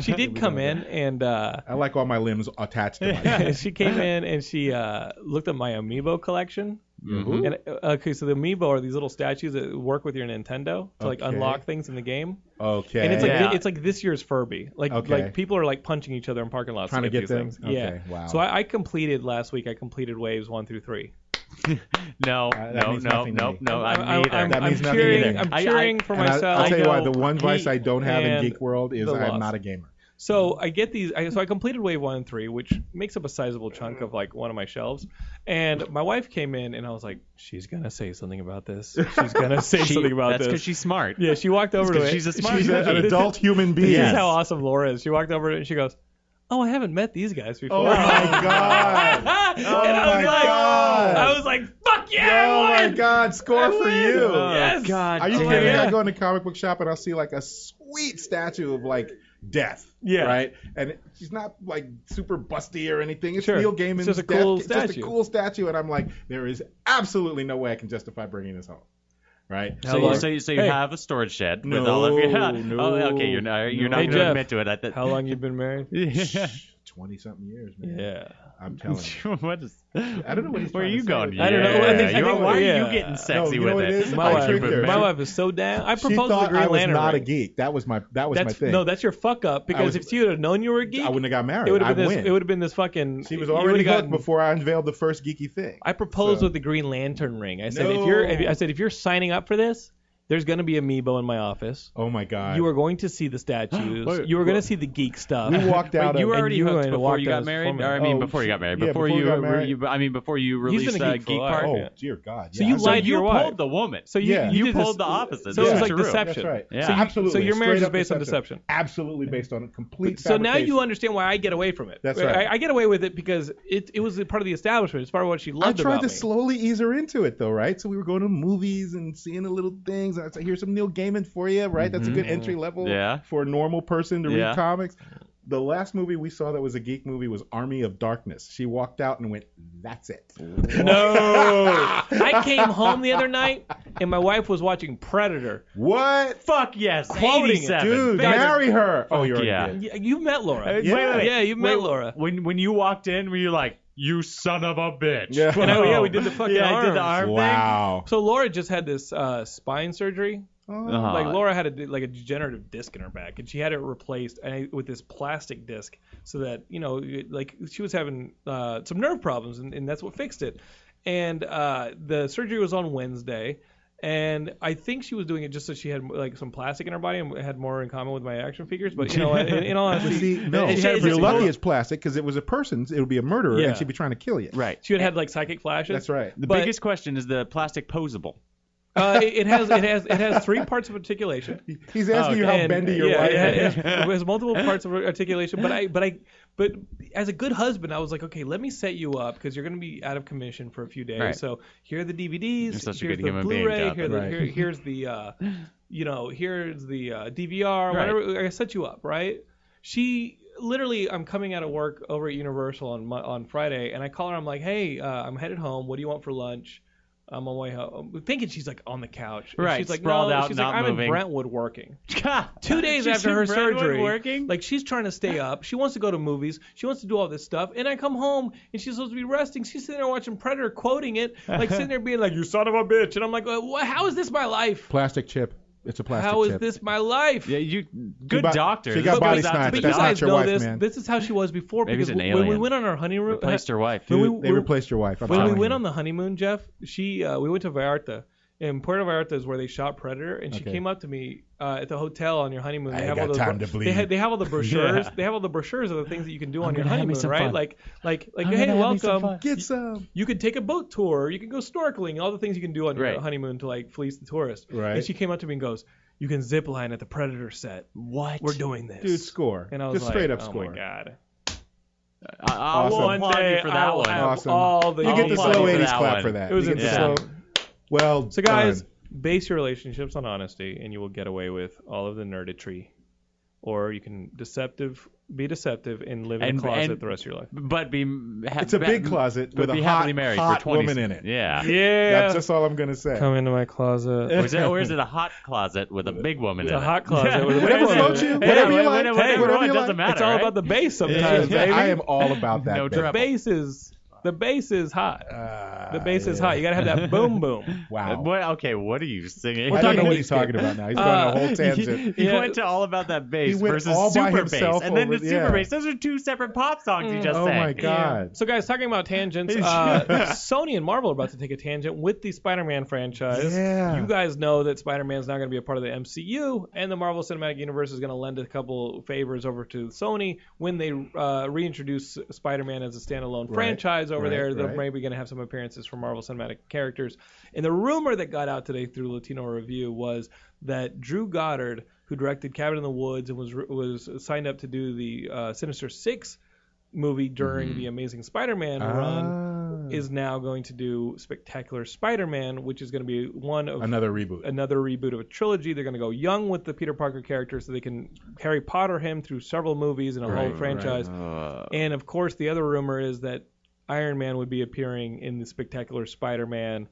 B: she
D: [LAUGHS]
B: did come in and uh, [LAUGHS]
D: I like all my limbs attached to my
B: she came in and she uh, looked at my amiibo collection.
D: Hmm?
B: And uh, okay, so the amiibo are these little statues that work with your Nintendo to like
D: Okay.
B: unlock things in the game.
D: Okay.
B: And it's like
C: Yeah.
B: it's like this year's Furby. Like
D: Okay.
B: like people are like punching each other in parking lots
D: Trying to
B: to get,
D: get
B: these
D: them?
B: things.
D: Okay,
B: Yeah.
D: wow.
B: So I, I completed last week. I completed waves one through three.
C: No,
D: Uh, that
C: no,
D: means
C: no,
D: nothing to
C: no,
D: me.
C: no.
B: I'm,
C: I'm neither.
B: I'm,
D: That
B: I'm
D: means nothing
B: cheering.
D: either.
B: I'm
C: I- I-
B: cheering for
D: And
B: myself.
D: I, will tell you why.
C: go
D: The one vice I don't have in
B: and
D: Geek World is
B: the
D: I'm
B: loss.
D: not a gamer.
B: So I get these. I, so I completed wave one and three, which makes up a sizable chunk of like one of my shelves. And my wife came in, and I was like, "She's gonna say something about this. She's
D: [LAUGHS]
B: gonna say
C: She-
B: something about
C: that's
B: this."
C: because she's smart.
B: yeah, she walked over to
C: 'cause
B: it.
C: she's a smart
D: She's a- an
B: This is-
D: adult human being.
B: [LAUGHS] This is how awesome Laura is. She walked over to it and she goes, "Oh, I haven't met these guys before."
D: Oh my
B: and [LAUGHS]
D: god. Oh
B: I
D: my
B: was like,
D: God.
B: I was like, "Fuck yeah!"
D: Oh
B: I
D: my
B: won!
D: god. Score for you.
C: Oh,
B: [LAUGHS] Yes.
C: God.
D: Are you
C: damn
D: kidding?
C: it.
D: I go in the comic book shop and I'll see like a sweet statue of like death.
B: Yeah.
D: Right. And she's not like super busty or anything. It's
B: Sure.
D: Neil Gaiman's
B: It's just a
D: death.
B: cool
D: it's just a
B: statue.
D: cool statue, and I'm like, there is absolutely no way I can justify bringing this home. Right.
C: How
E: So you,
C: long-
E: so, you, so you
B: Hey.
E: have a storage shed
D: No,
E: with all of your.
D: no,
E: oh, okay. You're not. You're not
D: no.
B: Hey,
E: going to
B: Jeff.
E: admit to it. I, that,
B: How long you been married?
D: Twenty something years, man.
B: Yeah. [LAUGHS]
D: I'm telling you.
E: what is? I
D: don't know what he's
E: Where are
D: trying to
E: you
D: say
E: going?
D: with that. I don't know.
B: I think- I
E: you're-
B: think-
E: why are
B: yeah.
E: you getting sexy
D: No, you know
E: with
D: what it
E: it?
D: is?
B: My
D: I
B: wife,
D: tricked her.
B: my wife is so down. I
D: She
B: proposed the
D: thought
B: Green
D: I was
B: Lantern.
D: not a
B: ring.
D: geek. That was my that was
B: That's
D: my thing.
B: no, that's your fuck up. Because
D: was-
B: if she would have known you were a geek,
D: I wouldn't have got married.
B: It would
D: I
B: have been
D: win.
B: this. It would have been this fucking.
D: She was
B: you
D: already
B: would've
D: hooked
B: gotten-
D: before I unveiled the first geeky thing.
B: I proposed
D: So-
B: with the Green Lantern ring. I said, if you're, if,
D: No.
B: I said, if you're signing up for this, there's gonna be amiibo in my office.
D: Oh my god.
B: You are going to see the statues.
D: [GASPS] Wait,
B: you are going to
D: what?
B: see the geek stuff. [LAUGHS]
D: We walked out.
E: Wait, you
D: of,
E: were
B: And
E: already
B: you
E: hooked
B: and
E: before
B: walked
E: you
B: out
E: got
B: as
E: married.
B: forever.
E: Or I mean,
D: Oh,
E: before you got married.
D: yeah,
E: before,
D: before we
E: you,
D: got
E: were
D: married.
E: you- I mean, before you
B: been a
E: released uh,
B: geek for
E: Geek
B: life.
E: Park.
B: Oh,
D: Oh
B: yeah.
D: dear God.
B: So
D: yeah,
B: you
D: I'm
E: So
D: sorry.
B: lied to
E: you
B: your
E: pulled
B: wife.
E: the woman.
B: So you,
D: Yeah.
B: you,
E: You
B: did this-
E: pulled the opposite.
B: So it was
E: That's
B: like
E: true.
B: deception.
D: That's right.
E: Yeah.
D: So you- absolutely.
B: So your marriage
D: Straight
B: is
D: up
B: based on deception.
D: Absolutely based on complete.
B: So now
D: fabrication.
B: you understand why I get away from it.
D: That's
B: I-
D: right.
B: I, I get away with it because it, it was a part of the establishment. It's part of what she
D: I
B: loved
D: tried
B: about
D: to
B: me.
D: slowly ease her into it, though, right? So we were going to movies and seeing the little things. And I said, "Here's some Neil Gaiman for you, right? That's a good
B: Mm-hmm.
D: entry level
E: Yeah.
D: for a normal person to read
E: Yeah.
D: comics." The last movie we saw that was a geek movie was Army of Darkness. She walked out and went, "That's it."
B: No. I
D: [LAUGHS]
B: came home the other night and my wife was watching Predator.
D: What?
C: Fuck yes.
B: Quoting it,
C: 87.
D: Dude,
B: Guys,
D: marry her. Oh, you're
E: yeah.
D: already dead.
B: Y- You met Laura.
D: Yeah. wait, wait.
B: yeah you met Laura.
C: When when you walked in, were you like, you son of a bitch?
D: [LAUGHS] Oh, Yeah.
B: And I- yeah,
E: Oh.
B: we did the fucking
C: yeah, I did the
B: arms.
C: arm
D: Wow.
B: So Laura just had this uh, spine surgery.
D: Oh,
E: Uh-huh.
B: Like Laura had a de- like a degenerative disc in her back, and she had it replaced and with this plastic disc, so that you know, you- like she was having uh, some nerve problems, and, and that's what fixed it. And uh, the surgery was on Wednesday, and I think she was doing it just so she had like some plastic in her body and had more in common with my action figures. But you
D: [LAUGHS]
B: know, in, in all honesty,
D: See, no,
B: she had-
D: you're lucky it's plastic because it was a person's. It would be a murderer,
B: Yeah.
D: and she'd be trying to kill you.
E: thing. Right.
B: She had had like psychic flashes.
D: That's right.
E: The
B: But-
E: biggest question is the plastic posable.
B: Uh, it, it has it has it has three parts of
D: [LAUGHS]
B: articulation.
D: He's asking you how
B: Oh, And-
D: bendy your
B: yeah,
D: wife
B: yeah,
D: is.
B: yeah. It has multiple parts of articulation, but I, but I, but as a good husband, I was like, okay, let me set you up because you're going to be out of commission for a few days.
E: Right.
B: So here are the DVDs.
E: You're such a
B: here's
E: good
B: the
E: human being,
B: Blu-ray.
E: Jonathan.
B: here the,
D: Right.
B: here, here's the, uh, you know, here's the uh, DVR.
E: Right.
B: Whatever. I set you up, right? She literally, I'm coming out of work over at Universal on Mo- on Friday, and I call her. I'm like, hey, uh, I'm headed home. What do you want for lunch? I'm on my way home. Thinking she's like on the couch. And
E: Right,
B: She's like,
E: sprawled
B: no.
E: out,
B: she's
E: not
B: like, I'm in
E: moving.
B: Brentwood working. Two days
E: She's
B: after
E: in
B: her
E: Brentwood
B: surgery,
E: working?
B: like she's trying to stay up. She wants to go to movies. She wants to do all this stuff. And I come home and she's supposed to be resting. She's sitting there watching Predator, quoting it, like sitting there being like, "You son of a bitch," and I'm like, "What? How is this my life?
D: Plastic chip. It's a plastic
B: How
D: chip.
B: is this my life?"
E: Yeah, you good
D: bo-
E: doctor.
D: she got
E: This
D: body
E: goes out to
D: sniped.
E: the
B: But
D: That's
B: you
D: not
E: doctor.
B: guys
D: your
B: know
D: wife,
B: this.
D: man.
B: This is how she was before.
E: Maybe
B: because
E: it's an
B: when we
E: alien.
B: went on our honeymoon,
E: Replaced her wife.
B: when we-
D: Dude, they
B: when-
D: replaced your wife. I'm
B: when we
D: telling
B: went
D: you.
B: on the honeymoon, Jeff, she uh, we went to Vallarta. And Puerto Vallarta is where they shot Predator, and she
D: Okay.
B: came up to me uh, at the hotel on your honeymoon. They
D: I
B: have
D: got
B: all those
D: time to
B: They,
D: bleed.
B: ha- they have all
D: [LAUGHS]
B: the brochures. They have all the brochures of the things that you can do on your honeymoon, right? Like, like, like, hey, welcome.
D: [LAUGHS] Get some.
B: You could take a boat tour. You can go snorkeling. All the things you can do on your
E: Right.
B: honeymoon to like fleece the tourist.
D: Right.
B: And she came up to me and goes, "You can zip line at the Predator set.
E: What?
B: We're doing this."
D: Dude, score.
B: And I was
D: Just
B: like,
D: straight up
B: "Oh
D: score.
B: my god."
E: I, I will
D: Awesome.
E: applaud you for that
B: I'll
E: one.
B: have
D: Awesome.
B: All the
D: You get
E: I'll
D: the
E: applaud
D: slow
E: you for
D: 80s
E: that
D: clap
E: one.
D: for that.
B: It was
D: You get the
E: insane.
D: slow- Well
B: So guys,
D: done.
B: Base your relationships on honesty, and you will get away with all of the nerditry. Or you can deceptive, be deceptive, and live in
E: And-
B: a closet
E: and-
B: the rest of your life.
E: But be ha-
D: It's a
E: ba-
D: big closet
E: but
D: with a
E: be
D: hot,
E: happily married
D: hot
E: for 20
D: woman in it.
B: [LAUGHS]
E: Yeah.
B: Yeah.
D: That's just all I'm gonna say.
B: Come into my closet.
E: Or is, it, or is it a hot closet with a big woman
B: It's
E: in
B: a
E: it?
B: hot closet with a
D: Whatever
B: big
D: floats
B: woman.
D: you,
B: Yeah,
D: whatever you
B: whatever-
D: like,
B: whatever-
D: whatever
B: whatever
D: you
E: it
D: like.
E: doesn't matter.
B: it's all
E: right?
B: about the bass sometimes,
E: Yeah.
B: baby.
D: I am all about that.
E: No
D: baby.
B: the
E: trouble.
B: bass is the bass is hot.
D: Ah,
B: The bass is
D: yeah.
B: hot. You gotta have [LAUGHS] that boom boom.
E: Uh,
D: Wow.
E: What, okay, what are you singing? [LAUGHS]
D: I don't know what he's talking about now. He's going on a whole tangent.
E: He
B: Yeah.
E: went to all about that bass
D: He went
E: versus
D: all by
E: super
D: himself
E: bass, and then
D: over-
E: the super
D: yeah.
E: bass. Those are two separate pop songs you just
D: Oh
E: sang.
D: my God.
B: So guys, talking about
D: [LAUGHS]
B: tangents, uh, Sony and Marvel are about to take a tangent with the Spider-Man franchise.
D: Yeah.
B: You guys know that Spider-Man's not going to be a part of the MCU, and the Marvel Cinematic Universe is going to lend a couple favors over to Sony when they uh, reintroduce Spider-Man as a standalone franchise over
D: right,
B: there. They're
D: right.
B: maybe going to have some appearances from Marvel Cinematic characters. And the rumor that got out today through Latino Review was that Drew Goddard, who directed Cabin in the Woods and was was signed up to do the uh, Sinister Six movie during the Amazing Spider-Man
D: Ah.
B: run, is now going to do Spectacular Spider-Man, which is going to be one of
D: Another reboot.
B: another reboot of a trilogy. They're going to go young with the Peter Parker character, so they can Harry Potter him through several movies and a whole franchise.
D: Uh,
B: And of course, the other rumor is that Iron Man would be appearing in the Spectacular Spider-Man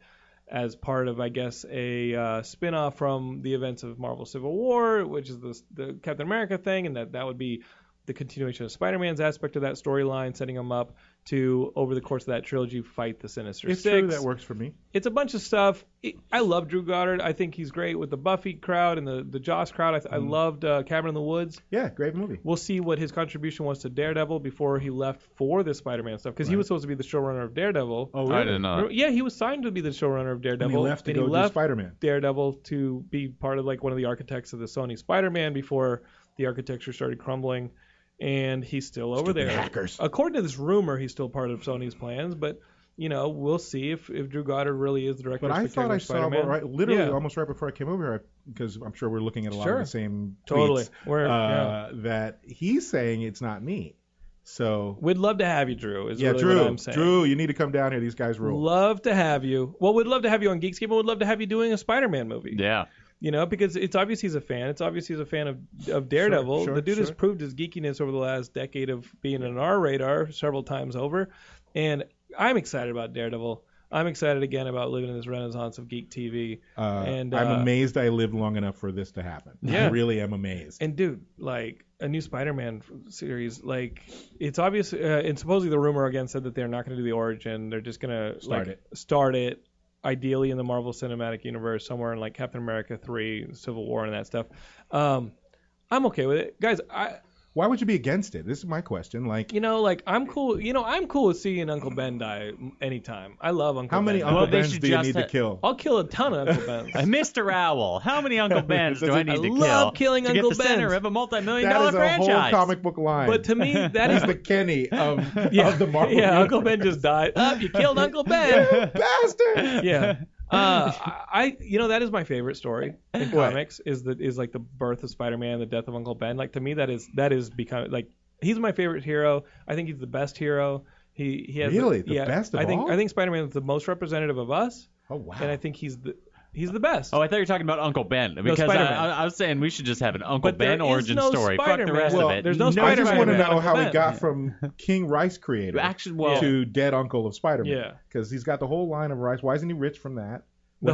B: as part of, I guess, a uh, spin-off from the events of Marvel Civil War, which is the, the Captain America thing, and that that would be the continuation of Spider-Man's aspect of that storyline, setting him up to, over the course of that trilogy, fight the Sinister
D: It's
B: Six
D: true that works for me.
B: it's a bunch of stuff. It- I love Drew Goddard. I think he's great with the Buffy crowd and the the Joss crowd. I, th- I
D: Mm-hmm.
B: loved uh, Cabin in the Woods.
D: Yeah, great movie.
B: We'll see what his contribution was to Daredevil before he left for the Spider-Man stuff because he was supposed to be the showrunner of Daredevil.
D: Oh,
E: I didn't know.
B: Remember- Yeah, he was signed to be the showrunner of Daredevil.
D: And he left to
B: Then
D: go do
B: left
D: Spider-Man.
B: Daredevil to be part of like one of the architects of the Sony Spider-Man before the architecture started crumbling, and he's still over there.
D: hackers.
B: According to this rumor, he's still part of Sony's plans, but you know we'll see if, if Drew Goddard really is the director.
D: But
B: of
D: I thought I
B: Spectacular
D: saw
B: Spider-Man.
D: right, literally
B: Yeah.
D: almost right before I came over here, because I'm sure we're looking at a lot
B: Sure.
D: of the same
B: Totally.
D: tweets.
B: We're-
D: uh, That he's saying it's not me. So
B: We'd love to have you, Drew. Is
D: yeah,
B: really
D: Drew,
B: what I'm saying.
D: Drew, you need to come down here. These guys rule.
B: Love to have you. Well, we'd love to have you on Geekscape, and we'd love to have you doing a Spider-Man movie.
E: Yeah.
B: You know, because it's obvious he's a fan. It's obvious he's a fan of of Daredevil.
D: sure,
B: the dude has
D: sure.
B: proved his geekiness over the last decade of being on our radar several times over, and I'm excited about Daredevil. I'm excited again about living in this renaissance of geek TV.
D: Uh,
B: and,
D: I'm
B: uh,
D: amazed I lived long enough for this to happen. I
B: Yeah.
D: really am amazed.
B: And dude, like a new Spider-Man f- series, like it's obvious. Uh, and supposedly the rumor again said that they're not going to do the origin. They're just going to
D: Start
B: like, Start it. Ideally in the Marvel Cinematic Universe, somewhere in like Captain America 3, Civil War, and that stuff. Um, I'm okay with it, guys. I
D: Why would you be against it? This is my question. Like,
B: you know like I'm cool. You know I'm cool with seeing Uncle Ben die anytime. I love Uncle.
D: how many
B: Ben.
D: Uncle
E: Well, they
D: Bens
E: should
D: do you
E: just
D: need to
E: ha-
D: kill?
B: I'll kill a ton of
D: [LAUGHS]
B: Uncle Bens.
E: Uh, Mr. Owl, how many [LAUGHS] Uncle Bens do I need
B: I
E: to kill?
B: love killing
E: to
B: Uncle
E: get the center
B: Bens.
E: of a multi-million
D: That
E: dollar
D: is a whole
E: franchise.
D: comic book line.
B: but to me, that
D: that
B: is
D: is the Kenny of, of the
B: [LAUGHS]
D: Marvel.
B: yeah. Uncle
D: universe.
B: Ben just died. Up, you killed
D: [LAUGHS]
B: Uncle Ben.
D: bastard. [LAUGHS]
B: yeah. Uh, I, I- you know, that is my favorite story in comics. Is that is like the birth of Spider-Man, the death of Uncle Ben. Like to me, that is that is become like he's my favorite hero. I think he's the best hero. He he has
D: Really? The
B: yeah,
D: best of
B: I think
D: all?
B: I think Spider-Man is the most representative of us,
D: Oh wow.
B: and I think he's the he's the best.
E: Oh, I thought you were talking about Uncle Ben because I,
B: Spider-Man.
E: I, I was saying we should just have an Uncle
B: But there
E: Ben
B: is
E: origin
B: no
E: story. Fuck the
B: Spider-Man.
E: rest
B: Well,
E: of it.
B: there's no
D: I just
B: Spider-Man
D: want to
B: without
D: know
B: Uncle
D: how he
B: Ben.
D: got from King Rice creator
E: Actually, well,
D: to dead uncle of Spider-Man.
B: Yeah.
D: Because he's got the whole line of rice. Why isn't he rich from that? What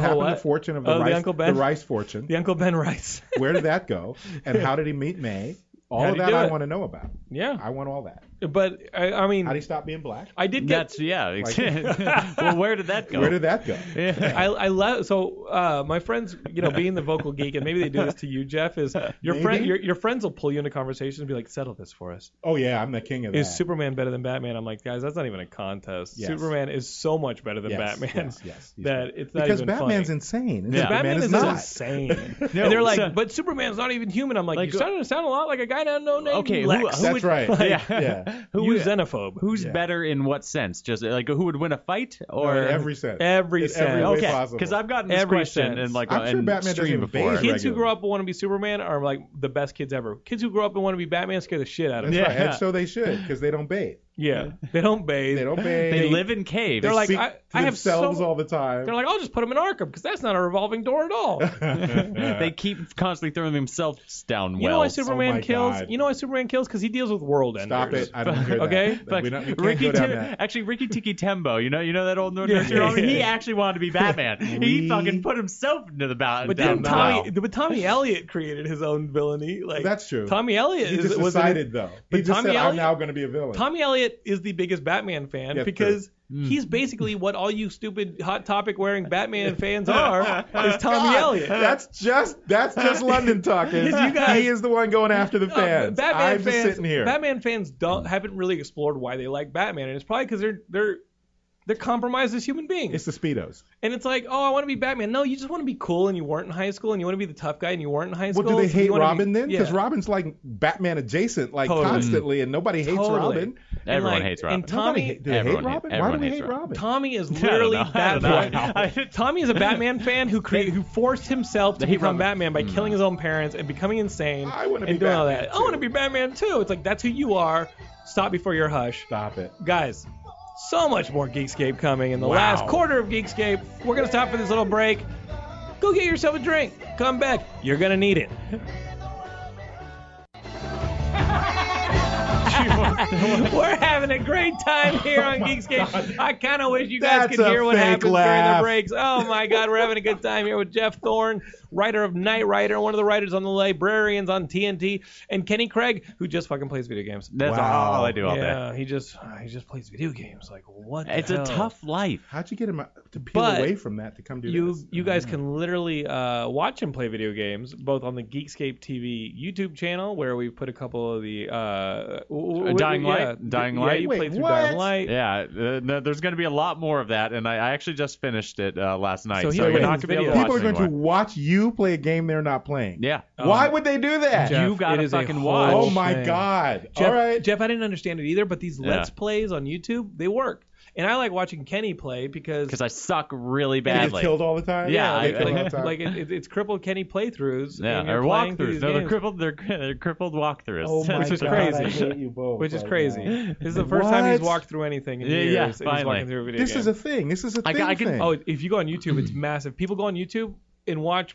B: The whole
D: happened to
B: what?
D: the fortune of the
B: Oh, the
D: rice?
B: Uncle Ben?
D: the rice fortune.
B: the Uncle Ben [LAUGHS] Rice.
D: Where did that go? And how did he meet May? All
B: How'd
D: of
B: he
D: that
B: do
D: I
B: it?
D: want to know about.
B: yeah,
D: I want all that.
B: but I, I mean,
D: How did he stop being black?
B: I did get
E: [LAUGHS] that's yeah. [LAUGHS] well, where did that go?
D: Where did that go?
B: [LAUGHS] I, I love so uh, my friends, you know, being the vocal geek, and maybe they do this to you, Jeff, is your
D: [LAUGHS] Maybe.
B: friend, your, your friends will pull you into conversations and be like, settle this for us.
D: Oh yeah, I'm the king of that.
B: Is Superman better than Batman? I'm like, guys, that's not even a contest.
D: Yes.
B: Superman is so much better than
D: Yes,
B: Batman
D: yes, yes,
B: [LAUGHS]
D: he's
B: that
D: right.
B: it's not
D: because
B: even
D: Batman's
B: funny.
D: insane. and
E: Yeah.
D: Superman
B: Batman
D: is,
B: is
D: not. [LAUGHS]
B: insane. and they're like, but Superman's not even human. I'm like,
E: Like,
D: uh,
B: you sound, sound a lot like a guy not known named
E: Okay, who-
B: Lex. [LAUGHS]
E: who
D: That's
E: would-
D: right.
E: [LAUGHS] Yeah. [LAUGHS]
D: yeah.
E: who
B: you
E: would-
B: xenophobe.
E: Who's
D: Yeah.
E: better in what sense? Just like who would win a fight or
D: In every sense.
B: Every
D: In every
B: sense.
D: way
E: okay?
D: possible.
E: Because I've gotten this
B: Every
E: question
B: sense.
E: and like
D: I'm
E: uh,
D: sure
E: in
D: Batman doesn't
E: stream
D: even
E: before.
D: bathe.
B: Kids who
D: regular.
B: grow up and want to be Superman are like the best kids ever. Kids who grow up and want to be Batman scare the shit out of me.
D: That's right.
E: Yeah.
D: And so they should because they don't bathe.
B: Yeah, they don't bathe.
D: They don't bathe.
E: They live in caves.
B: They're like,
D: speak
B: I-
D: to
B: I have so-
D: themselves all the time.
B: They're like, I'll just put them in Arkham because that's not a revolving door at all. [LAUGHS]
E: they keep constantly throwing themselves down
B: You
E: wells.
B: know why Superman
D: oh my
B: kills?
D: God.
B: You know why Superman kills? Because he deals with world enders.
D: [LAUGHS] Stop it! I don't hear that.
B: Okay,
D: Like,
E: Fuck,
D: we don't, we can't
E: Ricky
D: go down
E: Tim-
D: that.
E: actually Ricky Tiki Tembo, you know, you know that old Northern
B: Yeah.
E: Territory Army? He actually wanted to be
D: [LAUGHS]
E: Batman. he
D: We-
E: fucking put himself into the bat.
B: But
E: down
B: then
E: the
B: Tommy,
E: well.
B: but Tommy Elliot created his own villainy. Like
D: That's true.
B: Tommy Elliot
D: He
B: is,
D: just
B: was an-
D: decided though.
B: but
D: He just
B: Tommy
D: said, "I'm
B: Elliott-
D: now going to be a villain."
B: Tommy Elliot is the biggest Batman fan
D: Yeah,
B: because he's basically what all you stupid hot topic wearing Batman
D: [LAUGHS]
B: fans are is Tommy
D: God,
B: Elliot.
D: That's just
B: [LAUGHS]
D: that's just London talking.
B: Because you guys-
D: he is the one going after the
B: Uh,
D: fans.
B: Batman
D: I'm
B: fans,
D: just sitting here.
B: Batman fans don't haven't really explored why they like Batman, and it's probably because they're they're they're compromised as human beings.
D: It's the speedos.
B: And it's like, oh, I want to be Batman. No, you just want to be cool and you weren't in high school, and you want to be the tough guy and you weren't in high school.
D: Well, do they
B: so you
D: hate
B: wanna be-
D: Robin then?
B: Yeah.
D: Because Robin's like Batman adjacent, like
B: Totally.
D: constantly, and nobody hates
B: Totally.
D: Robin.
B: And
E: Everyone
B: like-
E: hates Robin.
B: And Tommy,
D: Nobody ha- do they hate
E: Everyone hate-
D: Robin? Why do
E: everyone
D: we
E: hates
D: hate
E: Robin.
D: Robin?
B: Tommy is
E: [LAUGHS] I don't
B: literally
E: know. I don't
B: Batman.
E: know.
B: Tommy is a Batman fan who cre- who forced himself to
E: hate
B: become
E: Robin. Hmm.
B: Batman by killing his own parents and becoming insane
D: I wanna
B: and
D: be
B: doing all
D: Batman
B: that. I
D: too.
B: want to be Batman too. It's like that's who you are. Stop before you're hush.
D: Stop it.
B: guys so much more geekscape coming in the
D: Wow.
B: last quarter of geekscape we're gonna stop for this little break go get yourself a drink come back you're gonna need
D: [LAUGHS]
B: it [LAUGHS] we're having a great time here on geekscape i kind of wish you guys
D: Oh That's
B: could
D: a
B: hear what
D: fake
B: happens during the
D: laugh.
B: breaks oh my god we're having a good time here with jeff thorne writer of knight rider one of the writers on the librarians on tnt and kenny craig who just fucking plays video games
E: That's
D: Wow.
E: all I do all day.
B: yeah, he just uh, he just plays video games. Like what? the
E: It's a
B: hell?
E: tough life.
D: How'd you get him out- to peel
B: But
D: away from that to come do
B: You
D: this?
B: you guys can literally uh, watch him play video games both on the Geekscape TV YouTube channel where we put a couple of the uh, w- w-
E: Dying
B: yeah,
E: Light?
B: th-
E: Dying
B: yeah,
E: Light?
B: You
D: Wait,
B: played through
D: what?
B: Dying Light.
E: Yeah, uh, no, there's going to be a lot more of that, and I, I actually just finished it uh, last night.
B: So
E: So,
B: he's
E: you're
B: playing
E: not
B: his
E: going to be
B: videos.
E: able to watch
D: People are
E: it
D: going to
E: anymore.
D: watch you play a game they're not playing.
E: Yeah.
D: Why would they do that?
B: Oh. Jeff,
E: you gotta
B: it is a
E: fucking
B: whole
E: watch.
D: oh my
B: thing.
D: God!
B: Jeff,
D: All right.
B: Jeff, I didn't understand it either, but these
E: Yeah.
B: Let's Plays on YouTube they work, and I like watching Kenny play because
E: Because I suck really
D: They get
E: badly.
D: killed all the time.
E: Yeah,
D: they
E: I-
D: get killed all the
B: like,
D: [LAUGHS] time.
B: like it, it, it's crippled Kenny playthroughs.
E: Yeah,
B: and you're
E: or
B: playing through
E: walkthroughs.
B: these
E: No, they're
B: games.
E: crippled. They're, they're crippled walkthroughs.
D: oh my
B: Which is
D: God!
B: crazy.
D: I hate you both
B: which is
D: right
B: crazy.
D: now.
B: This is the first time he's
D: What?
B: walked through anything in
E: Yeah,
B: years.
E: yeah,
B: and he's
E: finally.
B: walking through a video
D: This
B: game.
D: is a thing. This is a
E: I
D: thing.
E: ca- I can-
D: thing.
B: Oh, if you go on YouTube,
D: [CLEARS THROAT]
B: it's massive. People go on YouTube and watch.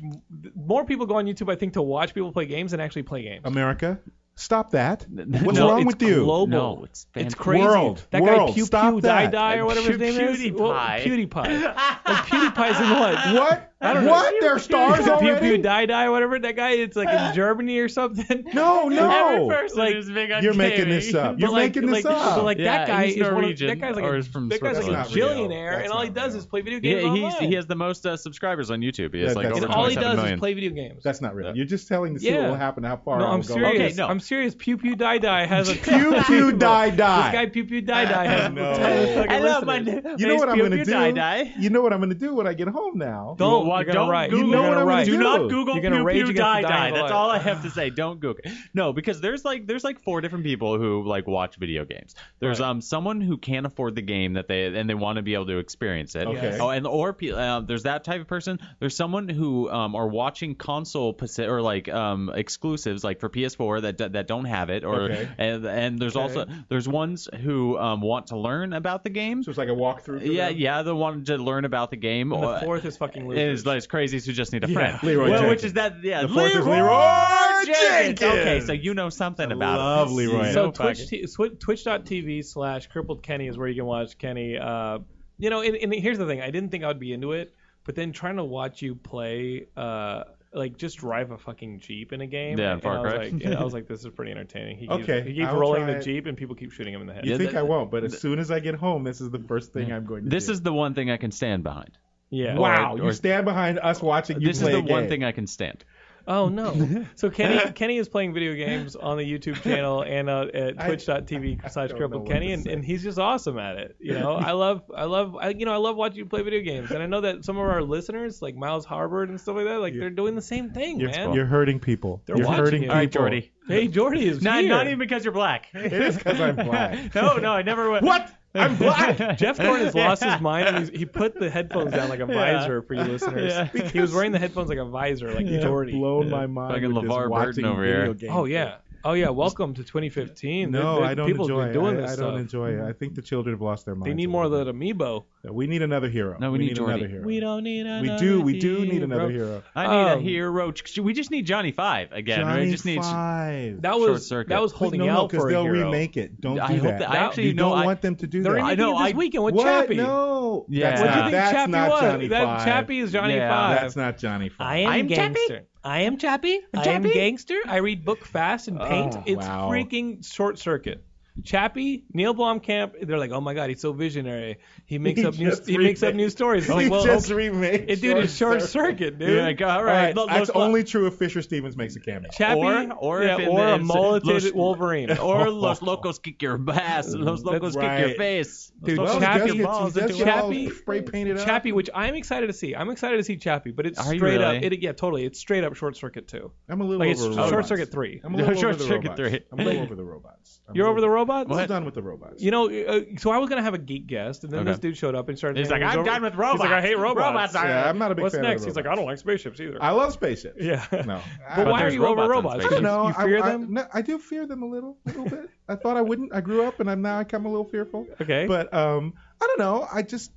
B: More people go on YouTube, I think, to watch people play games than actually play games.
D: America, stop that. What's
E: No,
D: wrong
E: it's
D: with you?
B: global.
E: No, it's
B: It's
E: fantastic.
B: crazy.
D: World,
B: that guy
D: world,
B: Pew
D: stop
B: Pew Die
D: that.
B: Die or whatever his
E: Pew-
B: name is.
E: PewDiePie.
B: Well, PewDiePie. like PewDiePie's in what?
D: [LAUGHS]
E: [LAUGHS]
D: What? What?
B: [LAUGHS]
D: There are stars
B: Pew Pew
D: already?
B: Die Die, whatever that guy. It's like in Germany or something. [LAUGHS]
E: [LAUGHS]
D: No,
E: Every
D: no.
E: person who's big on
D: You're making
E: gaming.
D: this up. You're
B: But like,
D: making this
B: like-
D: up.
B: But like
E: Yeah,
B: that guy
E: he's
B: is one of,
E: Norwegian,
B: that guy's like
E: or
B: a,
E: is from
B: that guy's like
E: Switzerland.
B: a
D: That's not real.
B: billionaire, and
D: That's
B: all he
D: not
B: does
D: real.
B: is play video
E: Yeah,
B: games online.
E: he's, [LAUGHS] he has the most uh, subscribers on YouTube. He has
D: Yeah,
E: like
D: that's-
E: over
B: and all he
E: 27
B: does
E: million.
B: is play video games.
D: That's not real. You're just telling to see
B: Yeah.
D: what will happen, how far
B: No,
D: I will
B: I'm
D: go.
B: serious.
E: Okay, no.
B: I'm serious. Pew Pew Die Die has a [LAUGHS]
D: [LAUGHS] Pew Pew Die Die.
B: This guy Pew Pew Die Die
D: [LAUGHS]
B: has
D: No.
B: a ton of fucking
E: I love my
B: listeners.
D: You know what I'm gonna do?
E: Die, die.
D: You know what I'm gonna do when I get home now?
B: Don't
E: Well,
B: you're gonna
E: don't
B: write.
E: Google
B: you're
D: what
B: gonna
D: I'm gonna
B: write.
E: Do
D: Dude,
E: not Google
B: you're gonna
E: pew
B: rage
E: pew
B: against
E: die
B: the
E: die.
B: dying
E: That's
B: light.
E: all I have to say. Don't Google. No, because there's like there's like four different people who like watch video games. There's um someone who can't afford the game that they and they want to be able to experience it.
D: Okay.
E: Oh, and or pe- uh, there's that type of person. There's someone who um are watching console pas- or like um exclusives like for PS4 that that- that don't have it or
D: Okay.
E: and, and there's also there's ones who um want to learn about the game.
D: So it's like a walkthrough. for
E: yeah,
D: them?
E: yeah, they wanted to learn about the game.
B: And
E: or-
B: the fourth is fucking losers.
E: is like crazies who just need a
B: Yeah.
E: friend.
D: Leroy
E: well,
D: Jenkins.
E: which is that yeah,
D: The
E: Leroy,
D: fourth is Leroy
E: Jenkins. Okay,
D: Jenkins.
E: so you know something about
D: love
E: it.
D: Leroy.
B: so
E: So
B: Twitch
E: Twitch.
B: t- swi- twitch.tv slash crippled Kenny is where you can watch Kenny. Uh, you know, and, and here's the thing: I didn't think I would be into it, but then trying to watch you play, uh, like just drive a fucking jeep in a game.
E: Yeah,
B: and
E: Far
B: I was
E: Cry.
B: like, and
E: [LAUGHS]
B: I was like, this is pretty entertaining. He
D: Okay,
B: keeps, he keeps
D: I'll
B: rolling
D: try
B: the
D: it.
B: jeep, and people keep shooting him in the head.
D: You
E: Yeah,
D: think
E: that-
D: I won't, but as soon as I get home, this is the first thing I'm going to
E: This
D: do.
E: is the one thing I can stand behind.
B: Yeah.
D: wow.
E: or-
D: you stand behind us watching you
E: This is
D: play
E: the
D: a
E: one
D: game.
E: thing I can stand.
B: Oh
D: [LAUGHS]
B: no! So Kenny Kenny is playing video games on the YouTube channel and uh, at
D: I-
B: twitch.tv slash
D: don't know
B: crippled
D: what
B: Kenny,
D: to
B: and,
D: say.
B: and he's just awesome at it. You know, I love I love I, you know I love watching you play video games, and I know that some of our listeners like Miles Harbord and stuff like that, like they're doing the same thing,
D: You're,
B: man.
D: you're hurting people.
B: They're
D: you're
B: watching
D: hurting
B: it.
D: people.
E: All right, Jordy.
B: Hey, Jordy is
E: Not,
B: here.
E: not even because you're black.
D: It is because
E: [LAUGHS]
D: I'm black.
E: no, no, I never would.
D: What? [LAUGHS] I'm black.
B: Jeff Thorne
E: [LAUGHS]
D: [LAUGHS]
B: has lost his mind. And he's, he put the headphones down like a
E: Yeah.
B: visor for you listeners.
E: Yeah.
B: He was wearing the headphones like a visor, like
D: You've
B: Jordy.
D: blown my mind.
E: Fucking
D: with this
E: LeVar Burton
D: watching
E: over
D: video
E: here.
D: game
B: Oh
D: shit.
B: yeah. Oh yeah, welcome to 2015.
D: No,
B: There- there-
D: I don't
B: people's
D: enjoy
B: been
D: it.
B: doing
D: I,
B: this
D: I don't
B: stuff.
D: enjoy it. I think the children have lost their minds.
B: They need
D: a
B: more of
D: little
B: that amiibo.
D: bit. We need another hero.
E: No, we need Jordy.
D: another hero.
B: We don't need
D: We
B: another.
D: do. We do need another hero.
E: I need
B: Um,
E: a hero. Ch- We just need Johnny Five again.
D: Johnny
E: we just need.
D: Five.
B: That
E: Short
B: was
E: circuit.
B: that was holding
D: no,
B: out
D: no,
B: for a
D: they'll
B: hero.
D: remake it. Don't do
E: I hope that. I actually
D: you
E: no,
D: don't
E: I-
D: want them to do
B: They're
D: that.
E: I
B: remaking
E: know,
B: it this
E: I-
B: weekend with
D: what?
B: Chappie.
D: No.
E: Yeah.
D: That's
B: What do you
D: not,
B: think
D: that's
B: Chappie
D: not
B: was?
D: Johnny
B: that
D: Five.
B: Chappie is Johnny
E: Yeah.
B: Five.
D: That's not Johnny Five.
F: I am
E: I'm Chappie.
F: gangster. I am Chappie. I am
B: I'm
F: gangster.
B: gangster. I read book fast and paint.
D: Oh,
B: it's
D: wow.
B: freaking short circuit. Chappie, Neil Blomkamp, they're like, oh my god, he's so visionary.
D: [LAUGHS]
B: He makes
D: He
B: up new
D: just
B: he makes up
D: remade-
B: new stories. It's
D: He
B: like, well,
D: just
B: okay.
D: remade.
B: it, dude, it's short circuit, dude.
E: You're like, all
D: All
E: right.
D: right,
E: look,
D: that's
E: look, look.
D: only true if Fisher Stevens makes a cameo.
B: Chappie,
E: Or- or
B: yeah,
E: if in
B: or a
E: this-
B: mulleted
E: Los-
D: [LAUGHS]
B: Wolverine.
E: Or Los Locos kick your ass. Los Locos kick
D: right.
E: your face.
B: Dude,
E: Los
D: Well,
E: Locos
D: he
B: Chappie-
D: does
E: kick your
D: get, he
E: balls
D: does
E: into
D: get all
B: Chappie-
D: spray painted up.
B: Chappie, which I'm excited to see. I'm excited to see Chappie, but it's
E: Are you
B: straight up.
E: really?
B: It, yeah, totally. It's straight up short circuit too.
D: I'm a little
B: Like it's
D: over
B: short
D: robots.
B: circuit three.
D: I'm
B: [LAUGHS]
D: a little
E: Short
D: over the
E: circuit
D: robots.
E: three.
D: I'm a little over the robots. I'm a
B: You're
D: little
B: over the robots.
D: I'm done with the robots.
B: You know, uh, so I was gonna have a geek guest, and then
E: Okay.
B: this dude showed up and started.
E: He's
B: saying
E: like,
B: was
E: "I'm
B: over-
E: done with
B: He's like, I
E: robots.
B: hate robots.
E: Robots are-
D: yeah, I'm not a big
B: What's
D: fan
B: next?
D: of the
B: He's like, I
D: robots.
B: don't like spaceships either.
D: I love spaceships.
B: yeah.
D: [LAUGHS] No.
B: But
D: I,
B: why are
E: there's
B: you over
E: robots on
B: robots?
D: I don't know.
B: You fear
D: I, I-
B: them?
D: no, I do fear them a little, a little bit. I thought I wouldn't. I grew up, and I'm now I come a little fearful.
B: Okay.
D: But um, I don't know. I just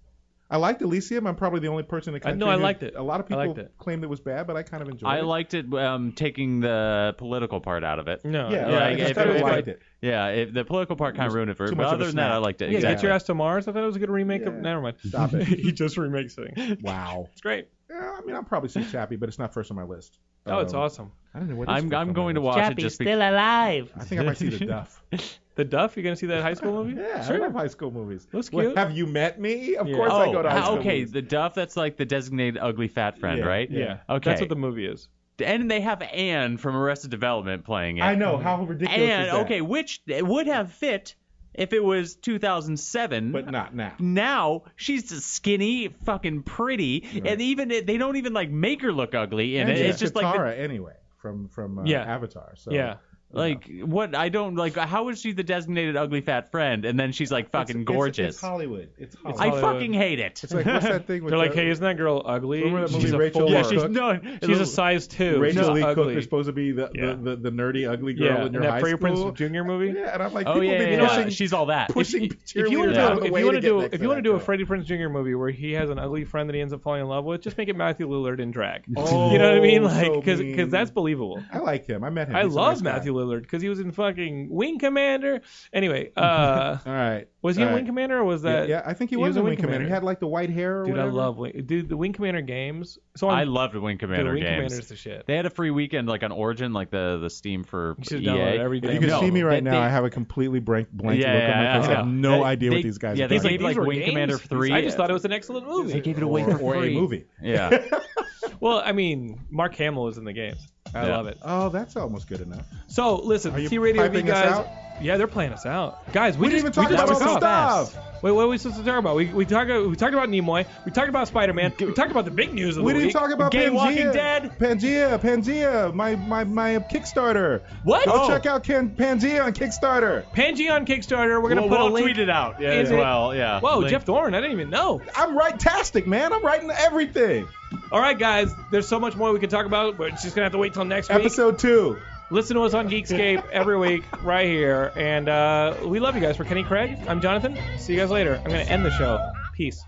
D: I liked Elysium. I'm probably the only person in the
B: I-
D: country.
B: no, I
D: who-
B: liked it.
D: A lot of
B: I liked
D: people
B: it.
D: claimed it was bad, but I kind of enjoyed
E: I
D: it.
E: liked it um, taking the political part out of it.
B: no.
D: Yeah,
E: Yeah,
D: I
E: if
D: just
E: it
D: thought I
E: was
D: liked it.
E: Yeah, if the political part kind of ruined it for
D: too
E: me.
D: much
E: But
D: of a
E: other than that,
D: snack.
E: I liked it.
B: Yeah,
E: exactly.
B: get your ass to Mars. I thought it was a good remake of.
D: Yeah.
B: Never mind.
D: Stop
B: [LAUGHS]
D: it.
B: he just remakes things.
D: Wow.
B: It's great.
D: Yeah, I mean, I'll probably see Chappie, but it's not first on my list.
B: Oh, it's
D: Um,
B: awesome.
D: I don't know what. is
E: I'm
D: first
E: I'm
D: on
E: going
D: my
E: to
D: list.
E: watch it
F: Chappie's
E: just
F: still
E: because.
F: alive.
D: I think I might see
B: [LAUGHS]
D: the Duff.
B: The Duff. You're gonna see that high school movie?
D: Yeah, I
B: Sure.
D: love high school movies.
B: Looks
D: What,
B: cute.
D: have you met me? Of
B: Yeah.
D: course I
E: Oh,
D: go to high
E: ah,
D: school
E: okay.
D: movies.
E: The Duff, that's like the designated ugly fat friend,
D: Yeah,
E: right?
B: Yeah.
E: Okay.
B: That's what the movie is.
E: and they have Anne from Arrested Development playing it.
D: I know how ridiculous. is
E: And
D: that?
E: okay, which would have fit if it was 2007.
D: but not now.
E: now she's skinny, fucking pretty, and even they don't even like make her look ugly in
D: And
E: it.
D: yeah.
E: It's just like the-
D: Katara anyway from from uh,
B: Yeah.
D: Avatar. So
B: Yeah.
E: like what I don't like. How is she the designated ugly fat friend, and then she's like
D: It's-
E: fucking
D: it's-
E: gorgeous?
D: It's Hollywood. It's Hollywood.
E: I
B: Hollywood.
E: fucking hate it. [LAUGHS]
D: It's like what's that thing? With
B: They're like,
D: the-
B: hey, isn't that girl ugly?
D: Remember that movie
B: she's a
D: Rachel
B: four.
E: yeah,
D: Cook?
E: she's no,
B: She's a size two.
D: Rachel
B: she's
D: Lee
B: ugly.
D: Cook is supposed to be the,
B: Yeah.
D: the, the, the nerdy ugly girl
B: yeah,
D: in your
B: that
D: high
B: Freddie
D: school.
B: Prince Jr. movie.
D: Yeah, and I'm like,
E: Oh
D: people
E: yeah,
D: be
E: yeah, yeah.
D: pushing,
E: she's all that.
D: pushing
B: If you want
D: cheerleaders
B: to
D: out
B: do,
D: of the
B: if
D: way
B: you want to
D: get
B: do,
D: next
B: if you want to
D: that
B: do a
D: girl.
B: Freddie Prinze Jr. movie where he has an ugly friend that he ends up falling in love with, just make it Matthew Lillard in
D: [LAUGHS]
B: drag. you know what I mean?
D: Oh,
B: Like,
D: so
B: because
D: mean.
B: that's believable.
D: I like him. I met him.
B: I
D: He's a
B: love
D: nice guy.
B: Matthew Lillard because he was in fucking Wing Commander.
D: [LAUGHS]
B: Anyway, uh,
D: All right.
B: was he
D: All
B: in
D: right.
B: Wing Commander or was that?
D: yeah, yeah, I think he
B: he
D: was,
B: was
D: in
B: a
D: Wing
B: Wing
D: Commander. He
B: Commander.
D: had like the white hair. Or
B: Dude, I
D: whatever.
B: love Wing. Dude, the Wing Commander games. So
E: I
B: I'm,
E: loved Wing Commander
B: dude, Wing
E: games.
B: Commander's the shit.
E: They had a free weekend like on Origin, like the the Steam for
B: You should
E: EA.
B: download it every
E: They-
B: day.
D: You can
E: no,
D: see me right
E: they-
D: now. I have a completely blank, blank
E: Yeah,
D: look on
E: yeah,
D: my face.
E: yeah,
D: I have
E: yeah.
D: no
E: They-
D: idea what
E: they-
D: these guys
E: yeah,
D: are.
E: they
B: He's like,
E: gave,
D: talking about.
B: these
E: like,
B: were
E: Wing
B: games?
E: Commander
B: He's-
E: 3.
B: I just thought it was an excellent movie.
E: They gave it away
D: or,
E: for
D: or a
E: free.
D: movie.
E: Yeah.
B: Well, I mean, Mark Hamill was in the game. I
E: Yeah.
B: love it.
D: Oh, that's almost good enough.
B: So listen,
D: Are
B: the
D: you
B: T Radio V
D: piping us
B: guys.
D: out?
B: Yeah, they're playing us out, guys. We,
D: We didn't
B: just
D: even talk
B: we just
D: about
B: took
D: some
B: off.
D: stuff.
B: Wait, what are we supposed to talk about? We we talked we talked about Nimoy. We talked about Spider Man. We talked about the big news of
D: We
B: the
D: didn't
B: week.
D: talk about
E: Gay
D: Pangea.
E: Walking Dead.
D: Pangea, Pangea, my my my Kickstarter.
E: What?
D: Go
E: Oh.
D: check out Can- Pangea on Kickstarter.
B: Pangea on Kickstarter. We're gonna
E: we'll
B: put
E: we'll
B: a link.
E: tweet it out yeah,
B: in
E: as
B: it.
E: well. Yeah.
B: Whoa,
E: Link.
B: Jeff Dorn. I didn't even know.
D: I'm right tastic, man. I'm writing everything.
B: All right, guys. There's so much more we can talk about, but it's just gonna have to wait till next week.
D: Episode two.
B: Listen to us on Geekscape every week, right here. And uh, we love you guys. For Kenny Craig, I'm Jonathan. See you guys later. I'm gonna end the show. Peace.